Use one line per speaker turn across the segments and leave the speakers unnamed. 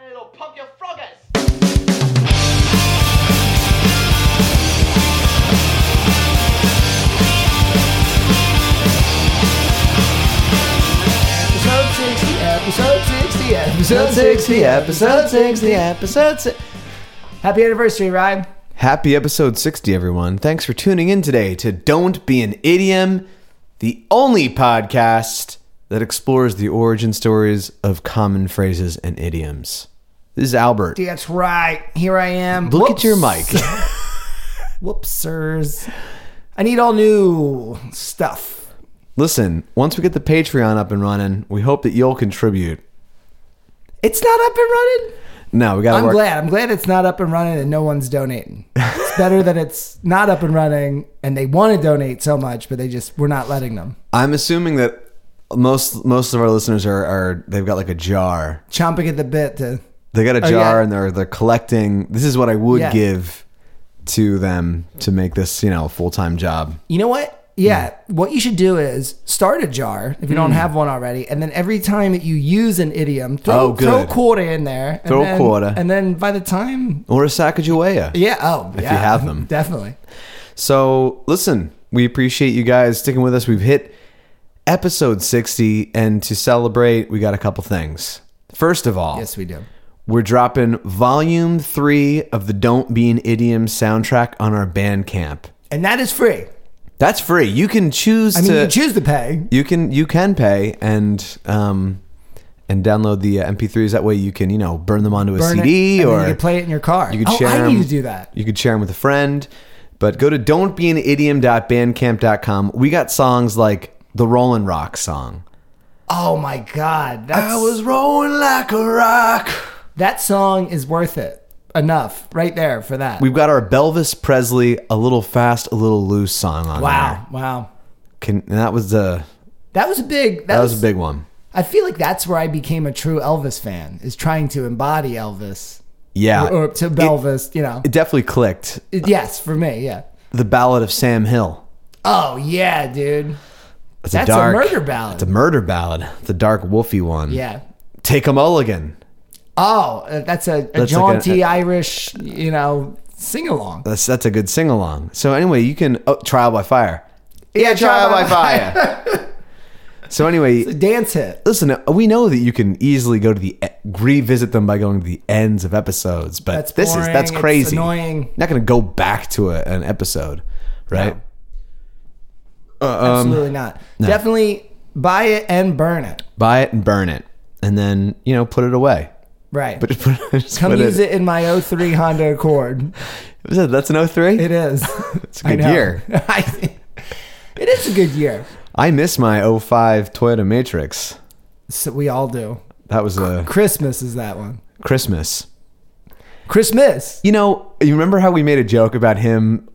a little pump your frog ass.
Episode 60, episode 60, episode 60, episode 60, episode 60. Happy anniversary, Ryan.
Happy episode 60, everyone. Thanks for tuning in today to Don't Be an Idiom, the only podcast that explores the origin stories of common phrases and idioms. This is Albert.
That's right. Here I am.
Look
Whoops.
at your mic.
Whoopsers. I need all new stuff.
Listen, once we get the Patreon up and running, we hope that you'll contribute.
It's not up and running.
No, we gotta
I'm
work.
glad. I'm glad it's not up and running and no one's donating. It's better that it's not up and running and they want to donate so much, but they just we're not letting them.
I'm assuming that most most of our listeners are, are they've got like a jar.
Chomping at the bit to
They got a
Oh,
jar
yeah.
and they're they're collecting. This is what I would
Yeah.
give to them to make this, you know, a full time job.
You know what? Yeah,
Mm.
what you should do is start a jar if you don't have one already, and then every time that you use an idiom, throw,
Oh,
throw a
good.
quarter in there. and
Throw a
then-
quarter.
and then by the time,
or a Sacagawea.
yeah, oh, if
you have them.
definitely.
So listen, we appreciate you guys sticking with us. We've hit episode 60, and to celebrate, we got a couple things. First of all,
Yes, we do.
we're dropping volume three of the Don't Be an Idiom soundtrack on our Bandcamp.
And that is free.
That's free. You can choose
I mean,
to
you choose to pay.
you can you can pay and um and download the uh, MP3s. That way, you can you know burn them onto a
burn it,
CD
and
or
then you can play it in your car.
You could
oh,
share
I
'em.
need to do that.
You could share them with a friend. But go to don'tbeanidiom.bandcamp.com. We got songs like the Rollin' Rock song.
Oh my god, that's,
Oh. rolling like a rock.
that song is worth it enough right there for that.
We've got our Belvis Presley, a little fast, a little loose song on
wow,
there.
wow,
Can, and that was the
that was a big. That,
that
was,
was a big one.
I feel like that's where I became a true Elvis fan is trying to embody Elvis
Yeah,
or to Belvis, you know.
Uh, it definitely clicked.
It- yes, for me, yeah.
The Ballad of Sam Hill.
Oh yeah, dude.
It's
That's a murder ballad.
It's a murder ballad. The dark wolfy one.
Yeah.
Take a mulligan.
Oh, uh, that's a, a
like
jaunty
a-
Irish, you know, sing along.
That's that's a good sing along. So anyway, you can oh, trial by fire.
Yeah,
trial by fire. so anyway,
Dance hit.
listen, we know that you can easily go to the eh, revisit them by going to the ends of episodes, but
That's
this is
boring,
that's
it's
crazy.
annoying.
Not going to go back to a, an episode, right? Um,
Absolutely not. Definitely buy it and burn it.
Buy it and burn it, and then you know put it away.
Right.
But just put, just
Come
put
use it. in my 03 Honda Accord.
Was that- That's an 03?
It is.
it's a
I
good
know.
year.
I- it is a good year.
I miss my 05 Toyota Matrix.
So we all do.
That was a
Christmas is that one.
Christmas.
Christmas.
You know, you remember how we made a joke about him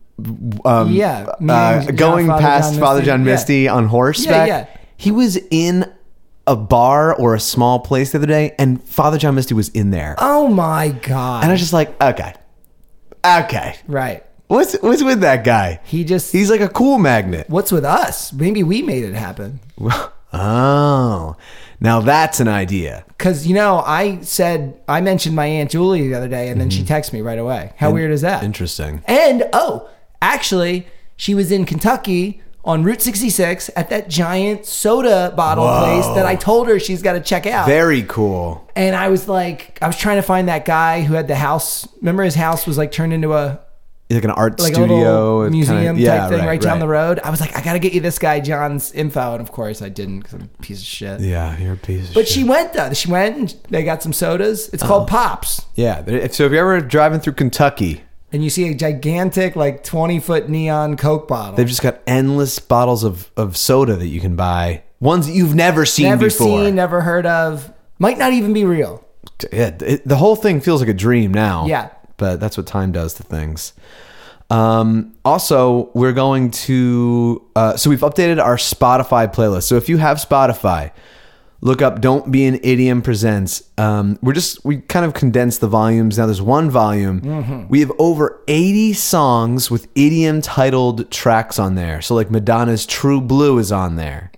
um,
Yeah,
uh,
me and John-
going
Father
past
John
Father
Misty.
John
Yeah.
Misty on horseback?
yeah.
He was in a bar or a small place the other day, and Father John Misty was in there.
Oh my god.
And I was just like, okay. Okay.
right.
What's, what's with that guy?
He just
He's like a cool magnet.
what's with us? Maybe we made it happen.
Oh, now that's an idea.
Cause you know, I said I mentioned my aunt Julie the other day, and then she texted me right away. How weird is that?
Mm-hmm. Interesting.
And oh, actually, she was in Kentucky on Route 66 at that giant soda bottle place that I told her she's got to check out.
Very cool.
and I was like, I was trying to find that guy who had the house. Remember, his house was like turned into a
Like an art
like
studio,
a little
kinda-
museum type
yeah,
thing right, down the road. I was like, I gotta get you this guy John's info, and of course I didn't because I'm a piece of shit.
Yeah, you're a piece of
But
shit.
she went though. She went and they got some sodas. It's called
Uh-huh.
Pops,
Yeah. there- if- So if you're ever driving through Kentucky,
and you see a gigantic like twenty foot neon Coke bottle.
they've just got endless bottles of, of soda that you can buy. Ones that you've never seen
never
before.
seen, never heard of. Might not even be real.
yeah, it- the whole thing feels like a dream now.
Yeah.
But that's what time does to things. Um, also, we're going to. Uh, so we've updated our Spotify playlist. So if you have Spotify, look up Don't Be an Idiom Presents. Um, we're just. We kind of condensed the volumes. Now there's one volume. We have over 80 songs with idiom titled tracks on there. So like Madonna's True Blue is on there.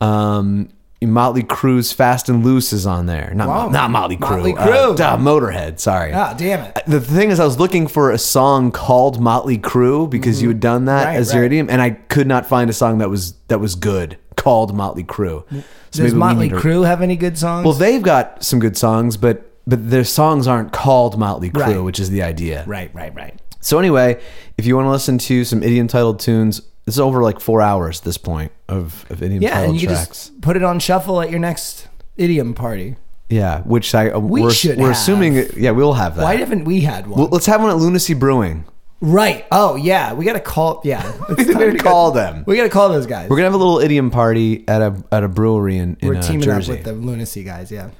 Um, Motley Crue's "Fast and Loose" is on there. Not
Wow.
Mo- not Motley Crue.
Motley
Uh,
Crue.
duh, Motorhead. Sorry.
Ah, damn it.
The thing is, I was looking for a song called Motley Crue because you had done that
Right,
as your
right.
idiom, and I could not find a song that was that was good called Motley Crue. So
Does
maybe we
Motley
need to-
Crue have any good songs?
Well, they've got some good songs, but but their songs aren't called Motley Crue,
Right.
which is the idea.
right, right, right.
So anyway, if you want to listen to some idiom titled tunes, it's over like four hours at this point of of idiom
Yeah,
titled
and you can
tracks.
just put it on shuffle at your next idiom party.
yeah, which I we are
should
we're
have.
assuming. uh, Yeah, we'll have that.
Why haven't we had one?
Well, let's have one at Lunacy Brewing.
right. Oh yeah, we gotta call. Yeah,
We
It's time
didn't
to go-
call them.
We gotta call those guys.
We're gonna have a little idiom party at a at a brewery in, in
We're
uh,
teaming
Jersey.
up with the lunacy guys. Yeah.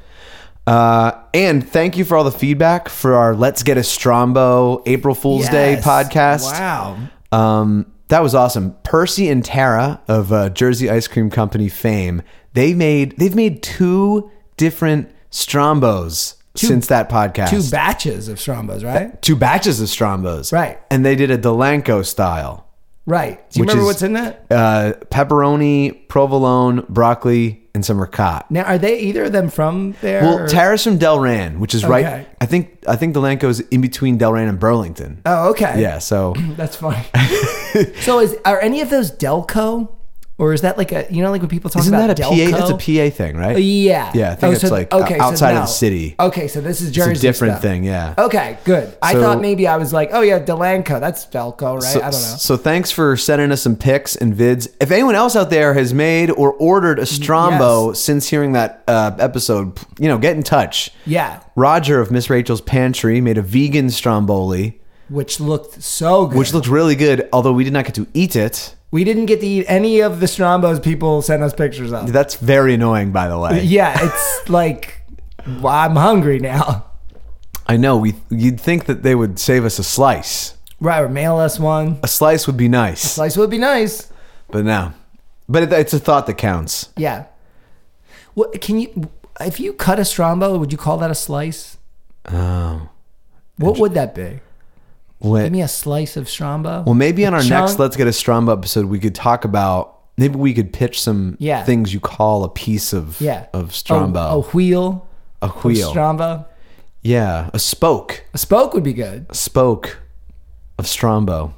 Uh, and thank you for all the feedback for our "Let's Get a Strombo" April Fool's Day
Yes.
podcast.
Wow.
Um, that was awesome. Percy and Tara of uh, Jersey Ice Cream Company fame. They made they've made two different Strombos since that podcast.
Two batches of Strombos, right?
Two batches of Strombos.
Right.
And they did a Delanco style.
Right. Do you
Which
remember
is-
what's in that?
Uh, pepperoni, provolone, broccoli, and some ricotta.
Now, are they either of them from there?
Well,
or-
Tara's from Delran, which is
Okay.
right. I think I think Delanco's in between Delran and Burlington.
oh, okay.
yeah, so
That's funny. so, is are any of those Delco, or is that like a you know like when people talk
isn't
about
that a
Delco? Oh,
PA? That's a PA thing, right?
Yeah.
Yeah, I think it's like outside of the city.
Okay, so this is Oh, Jersey.
It's a different
stuff.
thing, yeah.
Okay, good. I
So-
thought maybe I was like, oh yeah, Delanco. That's Delco, right? I don't know.
So thanks for sending us some pics and vids. If anyone else out there has made or ordered a Strombo since hearing that uh, episode, p- you know, get in touch.
Yeah,
Roger of Miss Rachel's Pantry made a vegan Stromboli,
which looked so good.
which looked really good, although we did not get to eat it.
we didn't get to eat any of the Strombos people sent us pictures of.
That's very annoying, by the way.
yeah, it's like, well, I'm hungry now.
I know. We you'd think that they would save us a slice.
Right, or mail us one.
A slice would be nice,
Slice would be nice.
but no. But it, it's a thought that counts.
Yeah. What can you? If you cut a strombo, would you call that a slice?
Oh,
What would that be?
Wait.
Give me a slice of strombo.
Eh. Well, maybe on our next
chunk?
Let's Get a Strombo episode, we could talk about maybe we could pitch some
Yeah.
things you call a piece of
yeah, Oh,
of Strombo,
A, a wheel.
a wheel,
Strombo.
yeah, a spoke,
A spoke would be good.
a spoke of Strombo.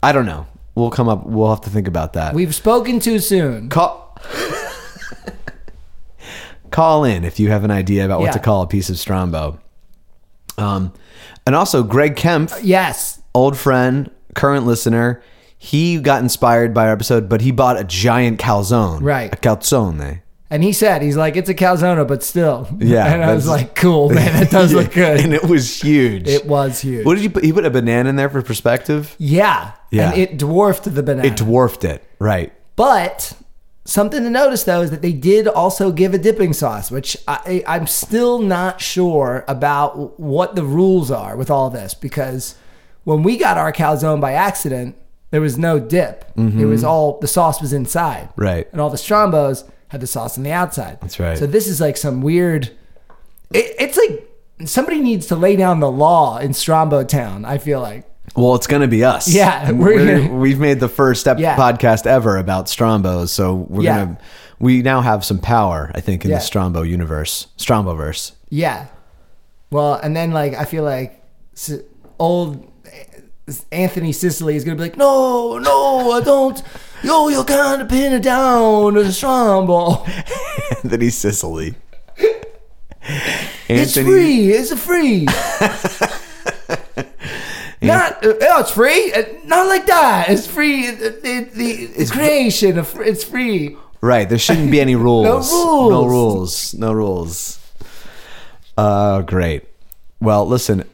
I don't know. We'll come up. We'll have to think about that.
We've spoken too soon.
call call in if you have an idea about what
Yeah.
to call a piece of Strombo. Um, and also Greg Kemp.
Yes.
old friend, current listener. He got inspired by our episode, but he bought a giant calzone.
Right.
A calzone.
And he said, he's like, it's a calzone, but still.
Yeah,
And I was
that's-
like, cool, man, that does look good.
And it was huge.
It was huge.
what did you put? He put a banana in there for perspective.
yeah.
Yeah.
And it dwarfed the banana.
It dwarfed it. Right.
But something to notice though is that they did also give a dipping sauce, which I, I'm still not sure about what the rules are with all this because when we got our calzone by accident, there was no dip. It was all the sauce was inside,
Mm-hmm. Right.
And all the strombos had the sauce on the outside.
That's right.
So this is like some weird. It, it's like somebody needs to lay down the law in Strombo Town. I feel like.
Well, it's gonna be us.
Yeah, we're gonna-
we have made the first step
Yeah.
podcast ever about Strombos, so we're
Yeah.
gonna we now have some power. I think in
Yeah.
the Strombo universe, Stromboverse.
Yeah. Well, and then like I feel like s- old eh, Anthony Sicily is gonna be like, no, no, I don't. Yo, you can't pin it down to the Strombo.
Anthony Sicily.
It's free. It's a free. Not uh, oh, it's free. Uh, Not like that. It's free. uh, The, the, the creation of it's free.
Right. There shouldn't be any rules.
rules.
No rules. No rules. Uh, great. Well, listen.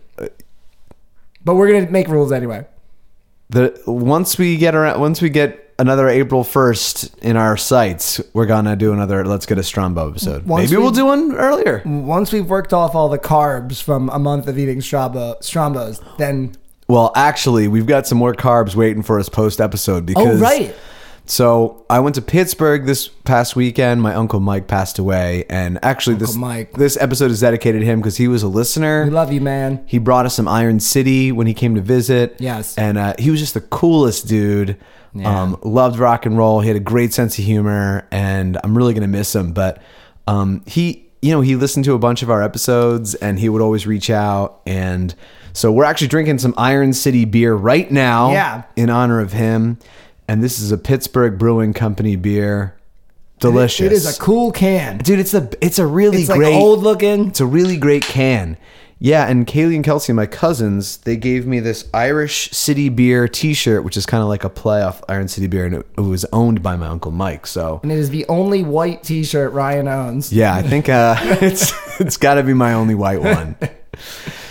But we're gonna make rules anyway.
The once we get around, once we get another April first in our sights, we're gonna do another. Let's get a Strombo episode.
Once
Maybe
we-
we, will do one earlier.
Once we've worked off all the carbs from a month of eating Strombo, Strombos, then
Well, actually, we've got some more carbs waiting for us post episode because
Oh, right.
So I went to Pittsburgh this past weekend. My uncle Mike passed away, and actually this
Uncle Mike.
this episode is dedicated to him because he was a listener.
We love you, man.
He brought us some Iron City when he came to visit.
Yes.
And uh, he was just the coolest dude. Um, loved rock and roll. He had a great sense of humor, and I'm really going to miss him. But um, he, you know, he listened to a bunch of our episodes and he would always reach out. And so we're actually drinking some Iron City beer right now
Yeah.
in honor of him. And this is a Pittsburgh Brewing Company beer. Delicious.
It is a cool can.
Dude, it's the it's a really
It's like
great
old looking.
it's a really great can. Yeah, and Kaylee and Kelsey, my cousins, they gave me this Irish City Beer T-shirt, which is kind of like a play off Iron City Beer, and it, it was owned by my uncle Mike. So
And it is the only white t shirt Ryan owns.
yeah, I think uh, it's it's got to be my only white one.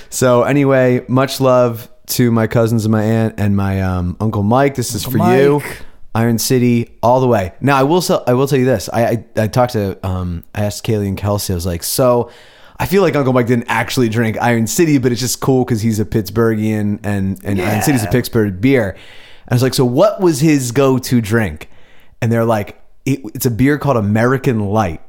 So anyway, much love to my cousins and my aunt and my um, uncle Mike. This is for you,
Mike.
Iron City, all the way. Now I will so, I will tell you this. I I, I talked to um, I asked Kaylee and Kelsey. I was like, so I feel like Uncle Mike didn't actually drink Iron City, but it's just cool because he's a Pittsburghian and and Iron City's a
Yeah.
Pittsburgh beer. I was like, so what was his go to drink? And they're like, it, it's a beer called American Light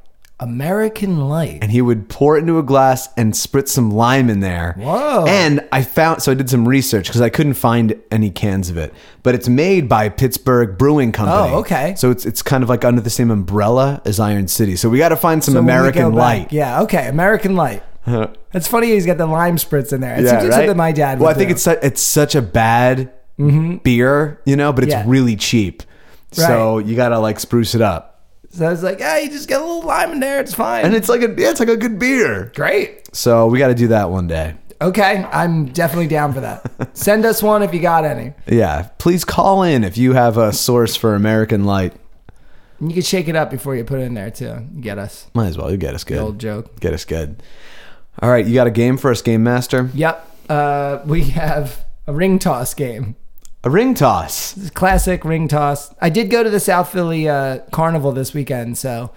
American Light.
and he would pour it into a glass and spritz some lime in there.
Whoa.
And I found so I did some research because I couldn't find any cans of it, but it's made by Pittsburgh Brewing Company.
Oh, okay.
So it's it's kind of like under the same umbrella as Iron City. So we got to find some
When we go
American
back-
Light.
Yeah, okay, American Light. That's funny he's got the lime spritz in there. It
Yeah,
seems like
right?
something my dad would
Well, I think
do. Mm-hmm.
it's su- it's such a bad beer, you know, but it's
Yeah.
really cheap. So you got to like spruce it up.
So I was like, yeah, you just get a little lime in there. It's fine.
And it's like a yeah, it's like a good beer.
great.
So we got to do that one day.
Okay, I'm definitely down for that. Send us one if you got any.
Yeah, please call in if you have a source for American Light.
And you can shake it up before you put it in there, too. You Get us.
Might as well. You get us good.
Old joke.
Get us good. All right, you got a game for us, Game Master?
Yep. Uh, we have a ring toss game.
A ring toss.
This is classic ring toss. I did go to the South Philly uh, Carnival this weekend, so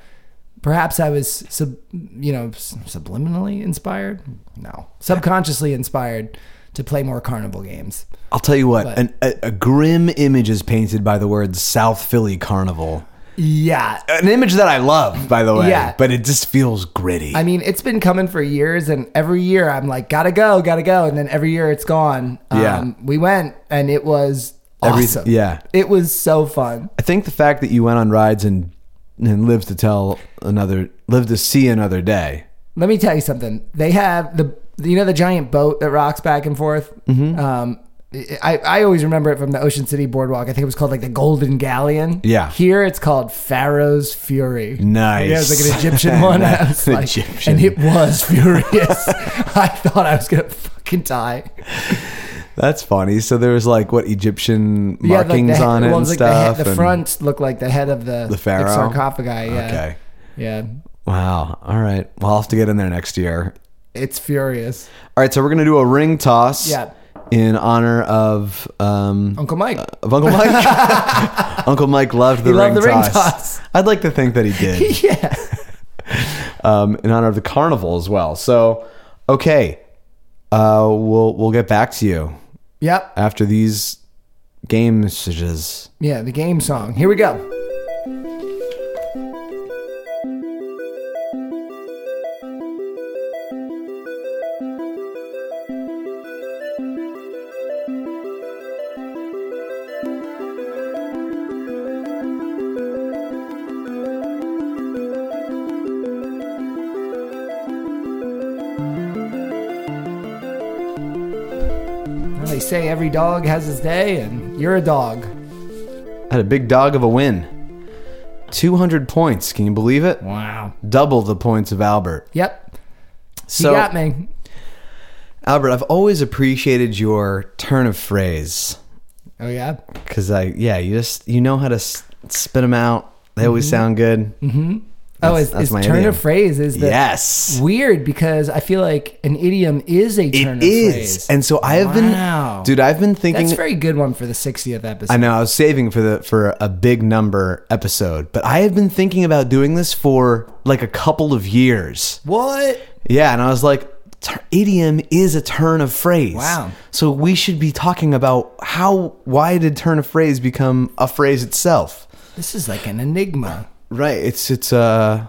perhaps I was, sub, you know, s- subliminally inspired. No, subconsciously inspired to play more carnival games.
I'll tell you what,
But-
an, a, a grim image is painted by the word South Philly Carnival.
Yeah,
An image that I love, by the way.
Yeah.
But it just feels gritty.
I mean, it's been coming for years, and every year I'm like, gotta go, gotta go, and then every year it's gone. Um,
Yeah.
we went, and it was
Every-
awesome.
yeah.
it was so fun.
I think the fact that you went on rides and and lived to tell another, lived to see another day.
Let me tell you something. They have the you know the giant boat that rocks back and forth.
Mm-hmm.
Um, I I always remember it from the Ocean City Boardwalk. I think it was called like the Golden Galleon.
Yeah.
here it's called Pharaoh's Fury.
Nice.
Yeah, it was like an Egyptian one. I was like-
Egyptian.
and it was furious. I thought I was gonna fucking die.
That's funny. So there was like what Egyptian
like the
markings
head-
on it
well,
and
like The,
stuff.
head, the
and-
front looked like the head of the,
The pharaoh?
sarcophagi. Yeah,
Okay.
yeah,
Wow. All right. Well, I'll have to get in there next year.
it's furious.
All right. So we're gonna do a ring toss.
Yeah.
In honor of um,
Uncle Mike,
of Uncle Mike. Uncle Mike loved the,
He
ring,
loved the ring
toss.
toss.
I'd like to think that he did.
yeah,
um, in honor of the carnival as well. So, okay. Uh, we'll we'll get back to you
yep,
after these game messages.
yeah. The game song. Here we go. Well, They say every dog has his day, and you're a dog.
Had a big dog of a win. Two hundred points. Can you believe it?
Wow.
Double the points of Albert.
Yep. You
So
got me.
Albert, I've always appreciated your turn of phrase
Oh yeah.
because I, yeah, you just you know how to s- spit them out. They
Mm-hmm.
always sound good.
Oh,
That's-
his,
that's
his
my
turn
idiom.
of phrase is the
Yes,
weird because I feel like an idiom is a turn
it
of
is.
phrase.
And so I have
Wow.
been, dude. I've been thinking.
That's a very good one for the 60th episode.
I know I was saving for the for a big number episode, but I have been thinking about doing this for like a couple of years.
What?
Yeah, and I was like, "Tur- idiom is a turn of phrase.
Wow.
So we should be talking about how why did turn of phrase become a phrase itself?
This is like an enigma.
Right. It's it's uh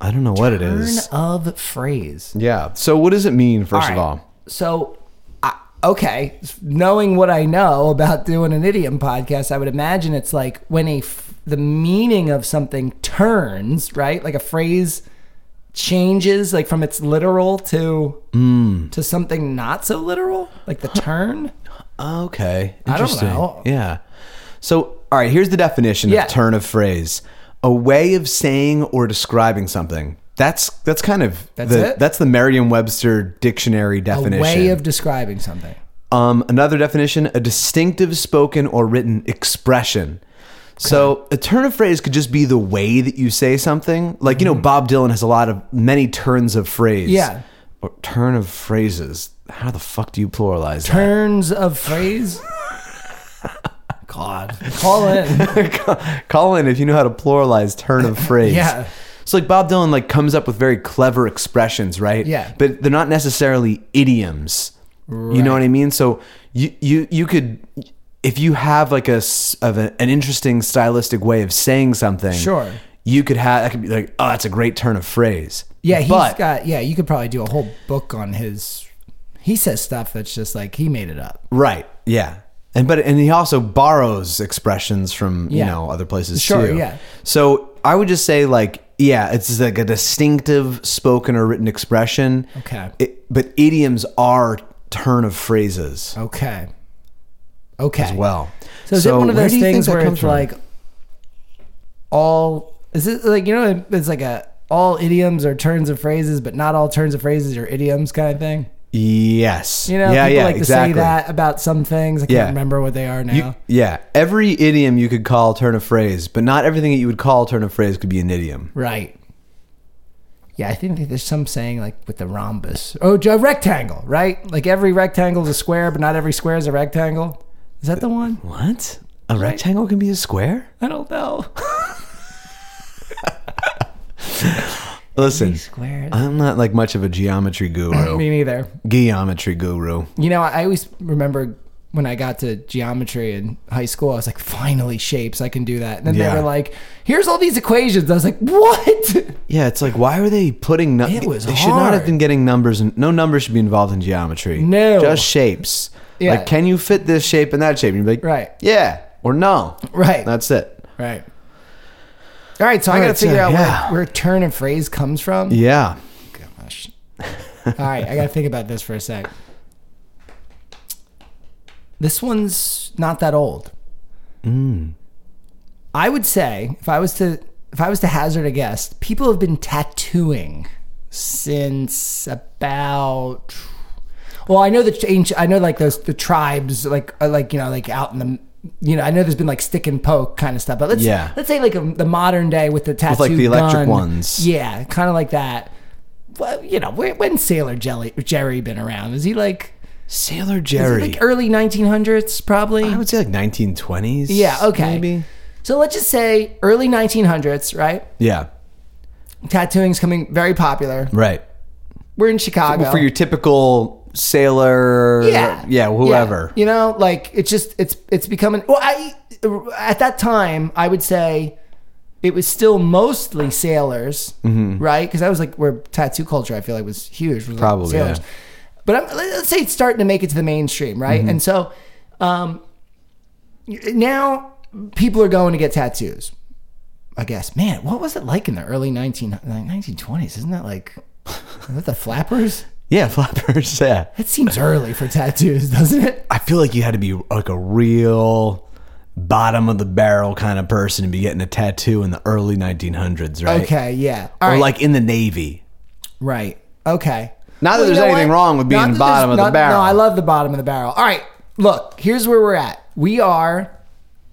I don't know what it
Turn
is.
of phrase.
Yeah. So what does it mean first of
right.
all?
So, I, okay, knowing what I know about doing an idiom podcast, I would imagine it's like when a f- the meaning of something turns right, like a phrase changes, like from its literal to
Mm.
to something not so literal, like the turn.
Okay.
don't
Interesting.
know.
Yeah. So, all right, here's the definition
Yeah.
of turn of phrase. A way of saying or describing something. That's that's kind of
That's
the
it?
that's the Merriam-Webster dictionary definition.
A way of describing something.
um, another definition, a distinctive spoken or written expression. So, a turn of phrase could just be the way that you say something. Like, you know, Bob Dylan has a lot of many turns of phrase.
Yeah.
Or turn of phrases. How the fuck do you pluralize that?
Turns of phrase. God, call in.
call in if you know how to pluralize turn of phrase.
Yeah.
So like Bob Dylan like comes up with very clever expressions, right?
Yeah.
But they're not necessarily idioms. You know what I mean? So you you you could if you have like a s- of a, an interesting stylistic way of saying something.
Sure.
You could have that could be like, "Oh, that's a great turn of phrase."
Yeah, he's
but,
got. Yeah, you could probably do a whole book on his. He says stuff that's just like he made it up.
Right. Yeah. And but and he also borrows expressions from you
Yeah.
know other places
Sure,
too.
yeah.
So I would just say like yeah, it's like a distinctive spoken or written expression.
Okay.
It, but idioms are turn of phrases
Okay. Okay.
as well.
So is it one of
where
those
do you think
things
that
where
comes
it's
from?
like all is it like you know it's like a all idioms are turns of phrases, but not all turns of phrases are idioms kind of thing.
yes,
You know,
yeah,
people
yeah,
like to
exactly.
say that about some things. I can't
Yeah.
remember what they are now.
You- yeah, every idiom you could call turn of phrase, but not everything that you would call turn of phrase could be an idiom.
right. Yeah, I think that there's some saying like with the rhombus. Oh, a rectangle, right? Like every rectangle is a square, but not every square is a rectangle. Is that the one?
What? A rectangle can be a square?
I don't know.
Listen,
Squares.
I'm not like much of a geometry guru.
Me neither.
geometry guru.
You know, I always remember when I got to geometry in high school, I was like, finally, shapes, I can do that. And then
Yeah.
they were like, here's all these equations. I was like, what?
Yeah, it's like why are they putting nu-
It was
they should not have
hard.
been getting numbers and no numbers should be involved in geometry.
No.
Just shapes.
Yeah.
Like can you fit this shape in that shape? And you're like,
Right.
Yeah. Or no.
Right.
That's it.
right. All right. So I
All
got to
right, so,
figure out
yeah.
where, where turn and phrase comes from.
Yeah.
Gosh. all right. I got to think about this for a sec. This one's not that old. I would say if I was to if I was to hazard a guess, people have been tattooing since about well, I know the ancient, I know like those the tribes like are like you know like out in the you know I know there's been like stick and poke kind of stuff, but let's
Yeah.
let's say like a, the modern day with the tattoo
the electric
gun.
ones.
yeah, kind of like that. Well, you know, where, when Sailor Jelly, Jerry been around? Is he like
Sailor
is he,
Jerry.
like early 1900s probably?
I would say like 1920s.
Yeah, okay.
Maybe.
So let's just say early 1900s, right?
Yeah.
Tattooing's coming very popular.
Right.
We're in Chicago.
For your typical sailor
yeah,
whoever.
Yeah. You know, like it's just it's it's becoming. Well, I at that time I would say it was still mostly sailors,
Mm-hmm.
right? Because that was like where tattoo culture I feel like was huge. Was like,
Probably,
sailors.
yeah.
But I'm, let's say it's starting to make it to the mainstream, right?
Mm-hmm.
And so um, now people are going to get tattoos. I guess, man, what was it like in the early 19, 1920s? Isn't that like, was it the flappers?
Yeah, flappers, yeah.
That seems early for tattoos, doesn't it?
I feel like you had to be like a real bottom of the barrel kind of person to be getting a tattoo in the early 1900s, right?
Okay, yeah.
Or
All right.
like in the Navy.
right. Okay.
Not that
Well, you
there's
know
anything wrong with being
Not that
bottom
there's-
of the
not-
barrel.
No, I love the bottom of the barrel. All right. Look, here's where we're at. We are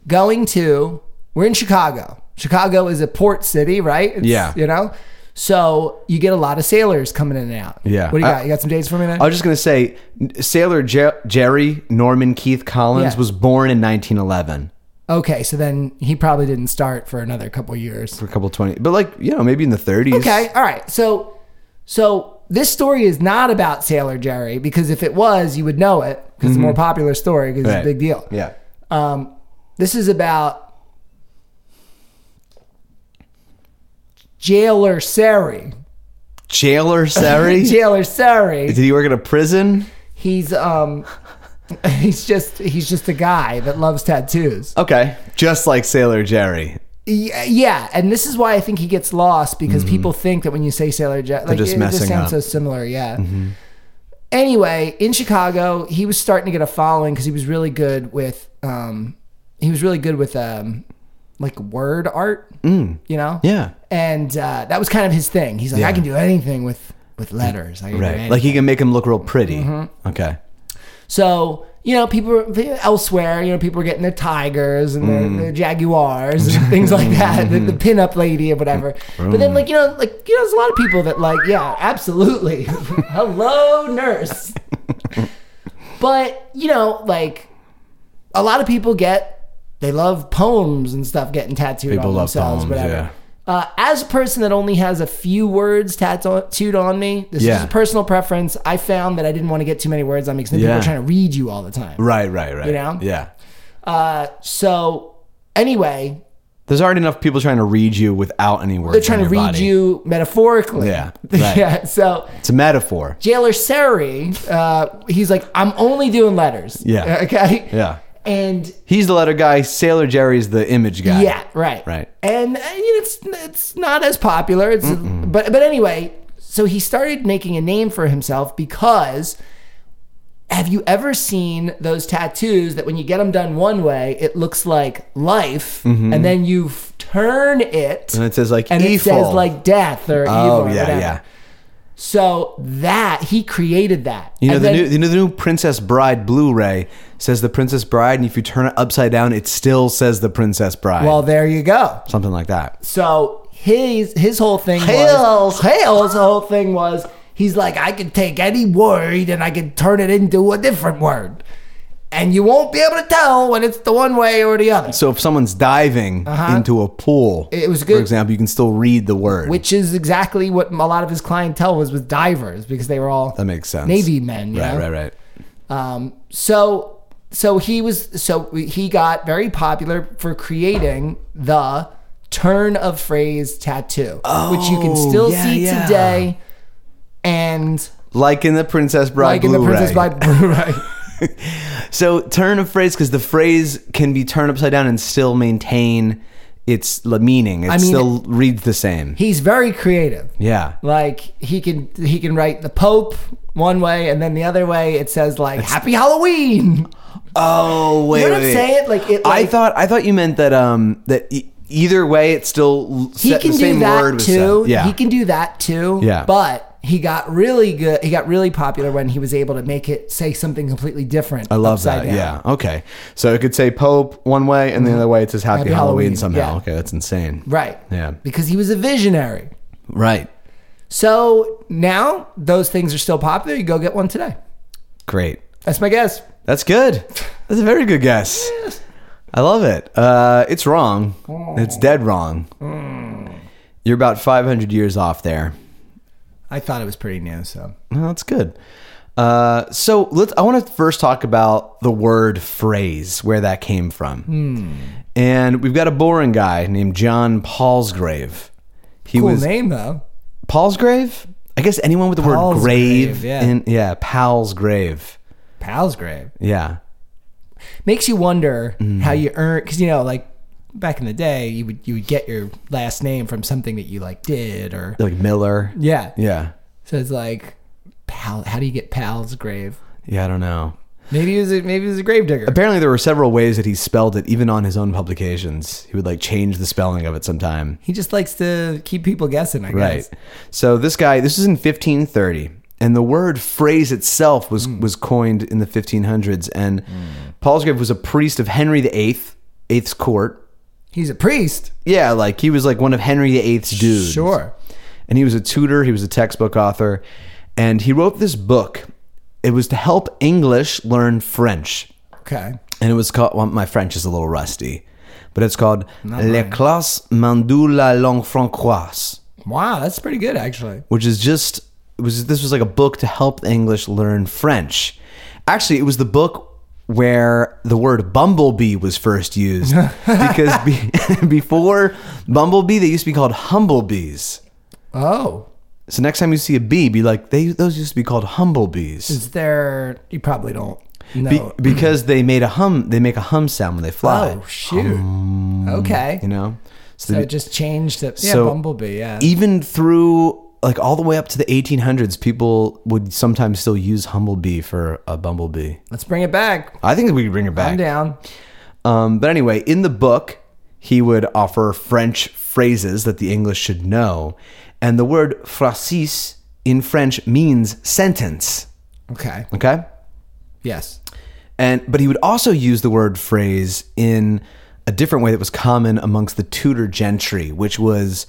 going to we're in Chicago. Chicago is a port city, right? It's-
Yeah.
You know? So you get a lot of sailors coming in and out.
Yeah.
What do you
I-
got? you got some dates for me there?
I was just gonna say, Sailor Jer- Jerry Norman Keith Collins
Yeah.
was born in 1911
okay, so then he probably didn't start for another couple years.
for a couple 20, but like you know maybe in the 30s.
Okay, all right. So, so this story is not about Sailor Jerry because if it was, you would know it because it's a more popular story because
Right.
Um, it's a big deal.
Yeah.
Um, this is about Jailer Sari.
Jailer Sari?
Jailer Sari.
Did he work at a prison?
He's um he's just he's just a guy that loves tattoos.
Okay. Just like Sailor Jerry.
Yeah, yeah, and this is why I think he gets lost because people think that when you say Sailor Jet, like
Mm-hmm. just
it
messing
just sounds
up. Mm-hmm.
so similar. Yeah. Anyway, in Chicago, he was starting to get a following because he was really good with, um, he was really good with, um, like word art. You know.
Mm. Yeah.
And uh, that was kind of his thing. He's like,
Yeah.
I can do anything with with letters. I can do
Right. Mm-hmm.
anything.
Like he can make him look real pretty. Okay.
So you know, people were- elsewhere, you know, people were getting their tigers and
Mm-hmm.
their, their jaguars and things like that, the, the pinup lady or whatever. But then, like you know, like you know, there's a lot of people that like, yeah, absolutely, hello nurse. but you know, like a lot of people get they love poems and stuff getting tattooed
People
on
love
themselves,
poems,
whatever.
yeah.
Uh, as a person that only has a few words tattooed on me, this
Yeah.
is a personal preference. I found that I didn't want to get too many words on me because then people
Yeah.
are trying to read you all the time.
Right, right, right.
You know?
Yeah.
Uh, so anyway,
There's already enough people trying to read you without any words.
they're trying
on
to
your
read
body.
you metaphorically.
Yeah, right.
yeah. So
It's a metaphor.
Jailer Sari, uh, he's like, I'm only doing letters.
Yeah.
Okay.
Yeah.
And
He's the letter guy. Sailor Jerry's the image guy.
Yeah, right.
Right.
And uh, you know, it's it's not as popular. It's but but anyway, so he started making a name for himself because have you ever seen those tattoos that when you get them done one way, it looks like life and then you f- turn it
Mm-hmm. And it says like
and it
evil.
says like death or evil
oh
or
yeah,
whatever.
yeah.
So that he created that.
You know
And
the
then-
new you know the new Princess Bride Blu-ray says the Princess Bride, and if you turn it upside down, it still says the Princess Bride.
well, there you go.
something like that.
So his his whole thing
Hales.
was Hale's whole thing was he's like I could take any word and I could turn it into a different word, and you won't be able to tell when it's the one way or the other.
So if someone's diving into a pool,
Uh-huh. It was
For
good.
example, you can still read the word.
Which is exactly what a lot of his clientele was with divers because they were all
that makes sense.
Navy men, you
Right,
know?
right, right.
Um, so so he was so he got very popular for creating the turn of phrase tattoo, which you can
Oh,
still
yeah,
see
yeah.
today, and
Like in the Princess Bride
like in the
Blu-ray.
Princess Bride Blu-ray.
So turn a phrase because the phrase can be turned upside down and still maintain its l- meaning. It
I mean-
still reads the same.
He's very creative.
Yeah.
Like he can he can write the Pope one way and then the other way it says like Happy Halloween.
Oh wait,
You know what
wait,
I'm
wait.
saying? Like it.
I
Like,
thought I thought you meant that um that e- either way it still
he can
the
do
same
that
word was
too.
said. Yeah.
he can do that too.
Yeah.
but he got really good. He got really popular when he was able to make it say something completely different.
I love that. Yeah. Okay. So it could say Pope one way and the other way it says Happy,
Mm-hmm. Happy
Halloween,
Halloween,
somehow.
yeah.
Okay, that's insane.
Right.
Yeah.
Because he was a visionary.
Right.
So now those things are still popular. You go get one today.
Great.
That's my guess.
That's good. That's a very good guess. I love it. Uh, it's wrong. It's dead wrong. You're about 500 years off there.
I thought it was pretty new. So
Well, that's good. Uh, so let's. I want to first talk about the word phrase, where that came from. And we've got a boring guy named John Palsgrave. He
cool
was
name though.
Palsgrave. I guess anyone with the word
Palsgrave,
grave,
yeah.
in yeah, Palsgrave.
Pal's grave.
Yeah,
makes you wonder
Mm-hmm.
how you earn because you know like back in the day you would you would get your last name from something that you like did or
like Miller.
yeah
yeah,
so it's like pal how do you get pal's grave
yeah. I don't know.
maybe he was a, maybe he was a grave digger
Apparently, there were several ways that he spelled it, even on his own publications. He would like change the spelling of it sometime.
he just likes to keep people guessing i
Right.
guess
So this guy, this is in 1530, and the word phrase itself was was coined in the 1500s. And Palsgrave was a priest of Henry VIII, Eighth's court.
he's a priest
Yeah, like he was like one of Henry VIII's dudes.
sure
And he was a tutor. He was a textbook author, and he wrote this book. It was to help English learn French.
okay
and it was called. Well, my French is a little rusty, but it's called Les Classes Mandou la Langue Francoise,
wow that's pretty good actually
which is just it was this was like a book to help the English learn French. Actually, it was the book where the word bumblebee was first used because be, before bumblebee they used to be called humblebees.
Oh,
So next time you see a bee, be like they those used to be called humblebees
is there? You probably don't know.
be, because they made a hum. They make a hum sound when they fly.
oh shoot.
um,
okay.
You know, so,
So
they-
it just changed it. Yeah,
So- e-
Bumblebee. Yeah.
even through like all the way up to the 1800s, people would sometimes still use humblebee for a bumblebee.
Let's bring it back.
I think we could bring it
I'm
back.
down.
Um, but anyway, in the book, he would offer French phrases that the English should know, and the word "frasis" in French means sentence.
Okay.
Okay.
Yes.
and but he would also use the word phrase in a different way that was common amongst the Tudor gentry, which was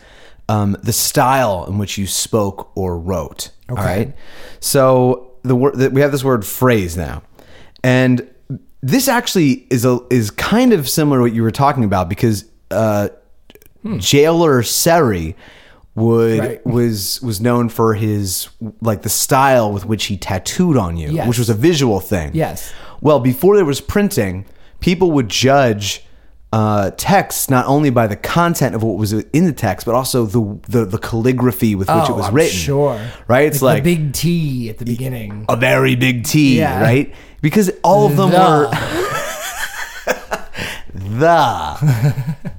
um, the style in which you spoke or wrote. Okay. So the word that we have this word phrase now, and this actually is a is kind of similar to what you were talking about because uh, jailer Seri would
Hmm. Right.
was was known for his like the style with which he tattooed on you,
Yes.
which was a visual thing.
Yes.
Well, before there was printing, people would judge uh, texts not only by the content of what was in the text, but also the the, the calligraphy with which
oh,
it was
I'm
written.
Sure.
Right? It's like, e-
the big T at the beginning.
a very big T,
Yeah.
right? Because all of them
The.
were the.